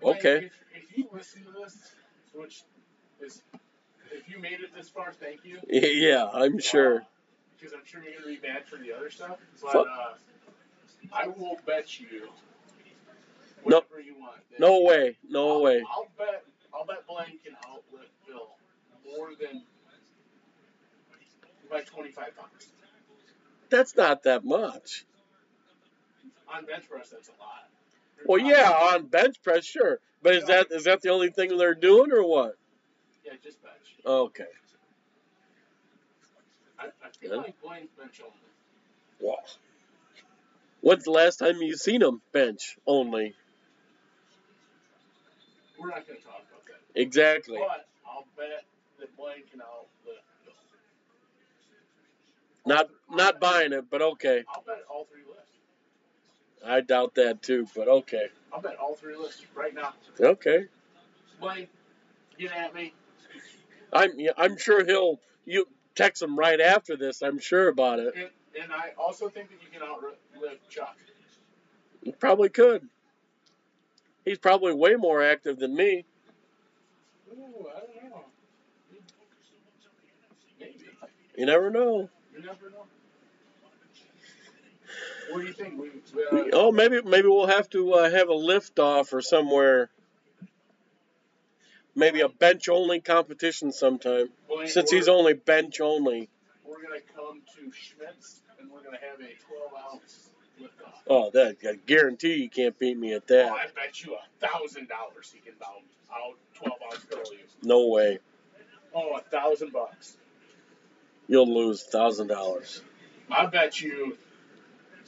S1: Okay.
S2: If, if you listen to this, which is, if you made it this far, thank you. Uh,
S1: Yeah, I'm sure.
S2: Because I'm sure you're gonna be mad for the other stuff. But
S1: Fuck.
S2: uh, I will bet you.
S1: No.
S2: Whatever you want. that-
S1: No way.
S2: I'll-
S1: No way.
S2: I'll bet. I'll bet Blaine can outlift Bill more than by 25 pounds.
S1: That's not that much.
S2: On bench press, that's a lot.
S1: Well, yeah, on bench press, sure. But is that is that the only thing they're doing or what?
S2: Yeah, just bench.
S1: Okay.
S2: I, I feel
S1: Yeah.
S2: like Blaine's bench only.
S1: Wow. When's the last time you seen him bench only?
S2: We're not gonna talk about that.
S1: Exactly.
S2: But I'll bet that Blaine can outlift Bill.
S1: Not not buying it, but okay.
S2: I'll bet all three lists.
S1: I doubt that too, but okay.
S2: I'll bet all three lists right now.
S1: Okay.
S2: Blaine, get at me.
S1: I'm yeah, I'm sure he'll you text him right after this. I'm sure about it.
S2: And, and I also think that you can outlift Chuck.
S1: He probably could. He's probably way more active than me.
S2: Ooh, I don't know. Maybe.
S1: You never know.
S2: You never know. What do you think? We, we, uh,
S1: Oh, maybe maybe we'll have to uh, have a lift off or somewhere. Maybe a bench only competition sometime.
S2: Blaine,
S1: Since
S2: we're,
S1: he's only bench only.
S2: we're gonna come to Schmitz and we're gonna have a 12 ounce lift off.
S1: Oh, that I guarantee you can't beat me at
S2: Oh, I
S1: that.
S2: bet you a thousand dollars he can bound out 12 ounce curlies.
S1: No way.
S2: Oh, a thousand bucks.
S1: You'll lose thousand dollars
S2: I bet you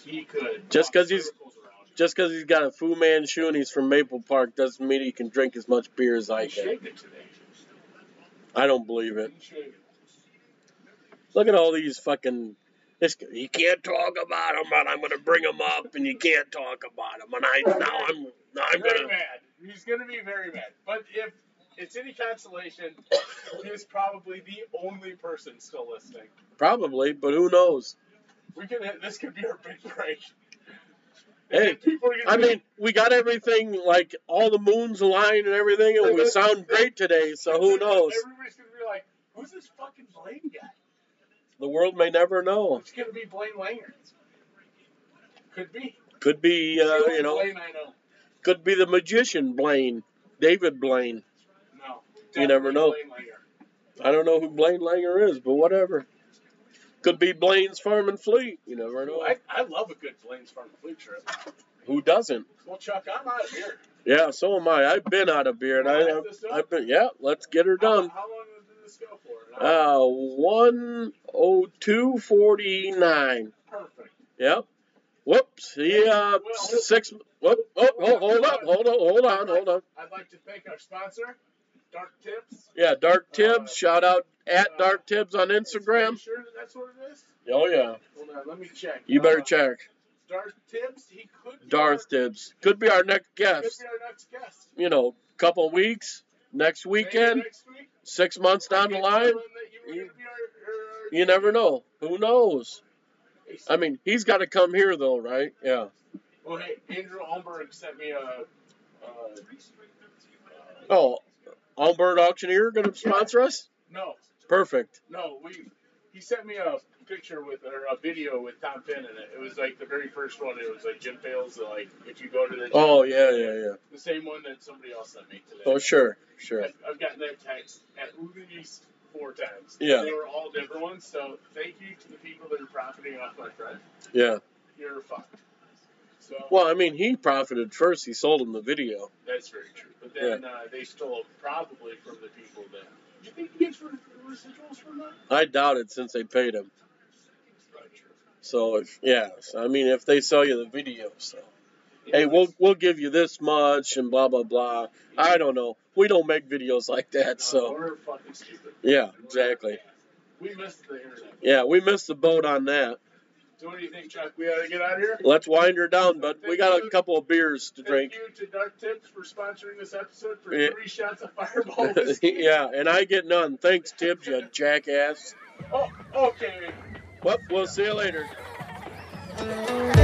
S2: he could.
S1: Just
S2: walk
S1: 'cause he's-
S2: circles around you.
S1: just because he's got a Fu Manchu and he's from Maple Park doesn't mean he can drink as much beer as I
S2: He
S1: can.
S2: shaved it today.
S1: I don't believe it.
S2: He shaved it.
S1: Look at all these fucking. This you can't talk about him, and I'm gonna bring him up, and you can't talk about him, and I now I'm now I'm
S2: very
S1: gonna.
S2: mad. He's gonna be very mad. But if it's any consolation, he is probably the only person still listening.
S1: Probably, but who knows?
S2: We can. This could be our big break.
S1: Hey,
S2: people are gonna
S1: I
S2: be-
S1: mean, we got everything like all the moons aligned and everything, and we sound great today. So who knows?
S2: Everybody's gonna be like, "Who's this fucking Blaine guy?"
S1: The world may never know.
S2: It's gonna be Blaine Langer. Could be.
S1: Could be,
S2: It's the
S1: uh,
S2: only
S1: you know.
S2: Blaine I know.
S1: Could be the magician Blaine, David Blaine.
S2: No.
S1: You never
S2: Definitely
S1: know.
S2: Blaine Langer.
S1: I don't know who Blaine Langer is, but whatever. Could be Blaine's Farm and Fleet. You never know.
S2: I, I love a good Blaine's Farm Fleet trip.
S1: Who doesn't?
S2: Well, Chuck, I'm out of here.
S1: Yeah, so am I. I've been out of beer, and I, I've been. Yeah, let's get her
S2: How,
S1: done.
S2: how long did this go for?
S1: Uh, one oh two forty nine.
S2: Perfect.
S1: Yep. Whoops. He uh six. Whoop. Oh, oh, hold up. Hold on. Hold on. Hold on.
S2: I'd like to thank our sponsor, Dark Tips.
S1: Yeah, Dark Tibbs. Shout out at Dark Tibbs on
S2: Are you
S1: Instagram.
S2: sure that that's what it is?
S1: Oh yeah.
S2: Hold on, let me check.
S1: You better
S2: Uh,
S1: check.
S2: Dark Tips. He could. be
S1: Darth
S2: our-
S1: Tibbs. Could be our next
S2: Could
S1: guest.
S2: be our next guest.
S1: You know, couple weeks, next
S2: Maybe
S1: weekend,
S2: Next week.
S1: six months down the
S2: I get
S1: line.
S2: feeling that You, were
S1: you-
S2: gonna be our- our-
S1: You never know. Who knows?
S2: Hey,
S1: I mean, he's got to come here though, right? Yeah.
S2: Well, hey, Andrew Holmberg sent me a. Uh,
S1: Oh, Albert Auctioneer going to sponsor us?
S2: no,
S1: Perfect.
S2: no, we. He sent me a picture with or a video with Tom Penn in it. It was like the very first one. It was like Jim Fails. Like if you go to the gym,
S1: Oh yeah, yeah, yeah.
S2: the same one that somebody else sent me today.
S1: Oh sure, sure.
S2: I've, I've gotten that text at least four times.
S1: Yeah.
S2: They were all different ones. So thank you to the people that are profiting off my friend.
S1: Yeah.
S2: You're fucked. So
S1: Well, I mean, he profited first. He sold him the video.
S2: that's very true. But then uh, they stole probably from the people that. Do you think he gets re- residuals from that?
S1: I doubt it since they paid him.
S2: Probably true.
S1: So if, yeah, so, I mean, if they sell you the video, so. hey,
S2: Anyways,
S1: we'll we'll give you this much and blah blah blah. I don't know. we don't make videos like that.
S2: No,
S1: so
S2: Uh, we're fucking stupid.
S1: yeah, exactly.
S2: We missed the internet.
S1: Yeah, we missed the boat on that.
S2: So what do you think, Chuck? We ought to get out of here?
S1: Let's wind her down, but we got a couple of beers to drink.
S2: Thank you to Dark Tips for sponsoring this episode for
S1: Yeah.
S2: three shots of Fireball whiskey.
S1: yeah, and I get none. Thanks, Tibbs, you jackass.
S2: Oh, okay.
S1: Well, we'll see you later.
S3: Thank you.